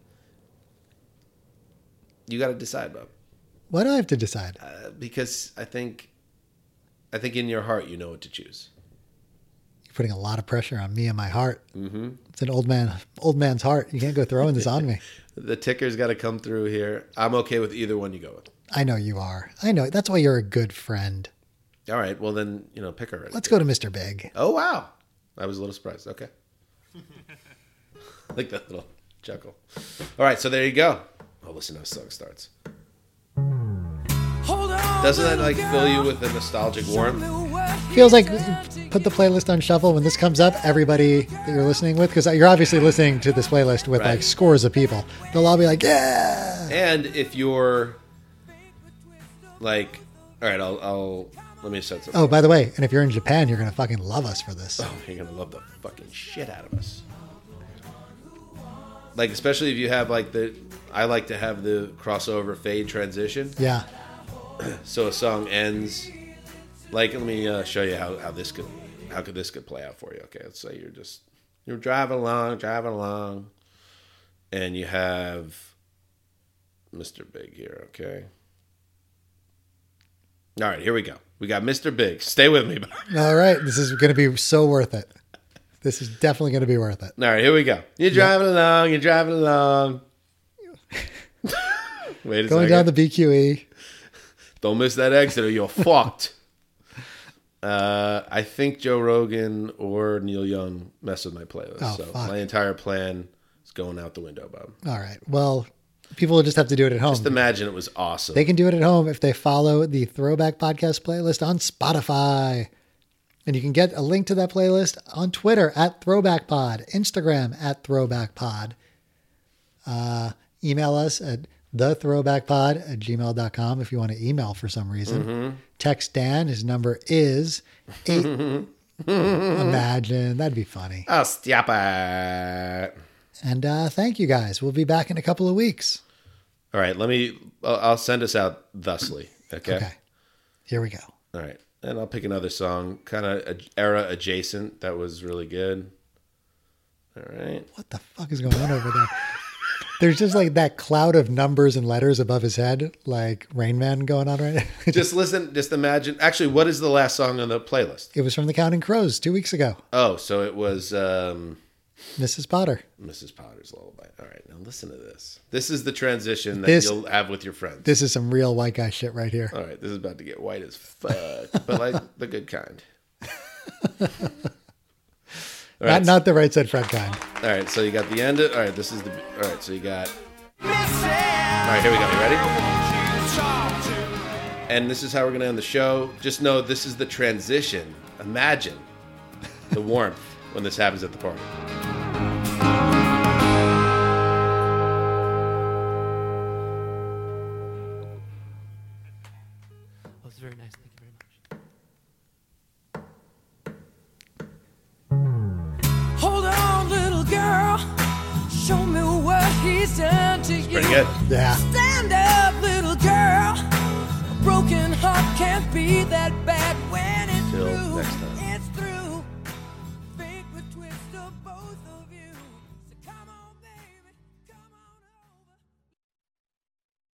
B: you got to decide, Bob,
C: Why do I have to decide?
B: Uh, because I think I think in your heart you know what to choose.
C: You're putting a lot of pressure on me and my heart. Mm-hmm. It's an old man, old man's heart. You can't go throwing this on me.
B: The ticker's got to come through here. I'm okay with either one you go with.
C: I know you are. I know. That's why you're a good friend.
B: All right. Well, then, you know, pick already.
C: Let's go to Mr. Big.
B: Oh, wow. I was a little surprised. Okay. I like that little chuckle. All right. So there you go. Oh, listen how the song starts.
D: Hold on.
B: Doesn't that, like, fill you with a nostalgic warmth?
C: feels like put the playlist on shuffle when this comes up everybody that you're listening with because you're obviously listening to this playlist with
B: Right.
C: like scores of people they'll all be like yeah
B: And if you're, like, all right, I'll, I'll let me set something.
C: oh by the way and if you're in japan you're gonna fucking love us for this
B: Oh, you're gonna love the fucking shit out of us. Like, especially if you have like the, I like to have the crossover fade transition.
C: yeah
B: So a song ends. Like, let me uh, show you how, how this could how could this could play out for you. Okay, let's say you're just you're driving along, driving along, and you have Mr. Big here. Okay. All right, here we go. We got Mr. Big. Stay with me.
C: all right this is gonna be so worth it this is definitely gonna be worth it
B: All right, here we go. You're driving along. You're driving along. Wait a second.
C: going down the E. bqe
B: Don't miss that exit or you're fucked. Uh, I think Joe Rogan or Neil Young messed with my playlist.
C: Oh,
B: so
C: fuck.
B: my entire plan is going out the window, Bob.
C: all right well people will just have to do it at home
B: Just imagine it was awesome.
C: Mm-hmm. They can do it at home if they follow the Throwback Podcast playlist on Spotify. And you can get a link to that playlist on Twitter at Throwback Pod, Instagram at Throwback Pod. Uh, email us at thethrowbackpod at gmail.com if you want to email for some reason. Text Dan. His number is eight. Imagine. That'd be funny.
B: oh, stop it.
C: And uh, thank you guys. We'll be back in a couple of weeks.
B: All right, let me, I'll I'll send us out thusly. Okay.
C: Okay. Here we go.
B: All right. And I'll pick another song, kind of era adjacent that was really good. All right.
C: what the fuck is going on over there? There's just like that cloud of numbers and letters above his head, like Rain Man going on right now.
B: Just listen, just imagine. Actually, what is the last song on the playlist?
C: it was from the Counting Crows two weeks ago.
B: Oh, so it was, um,
C: Mrs. Potter.
B: Mrs. Potter's lullaby. All right, now listen to this. This is the transition that
C: This-
B: you'll have with your friends.
C: This is some real white guy shit right here.
B: All right, this is about to get white as fuck, but like the good kind. all
C: Not,
B: right,
C: not the right said Fred kind.
B: all right. So you got the end. Of, all right, this is the. All right, so you got. All right, here we go. You ready? And this is how we're gonna end the show. Just know this is the transition. Imagine the warmth when this happens at the party.
J: was very nice. Thank you very much.
D: Hold on, little girl. Show me what he's done to you.
B: Pretty good.
C: Yeah.
D: Stand up.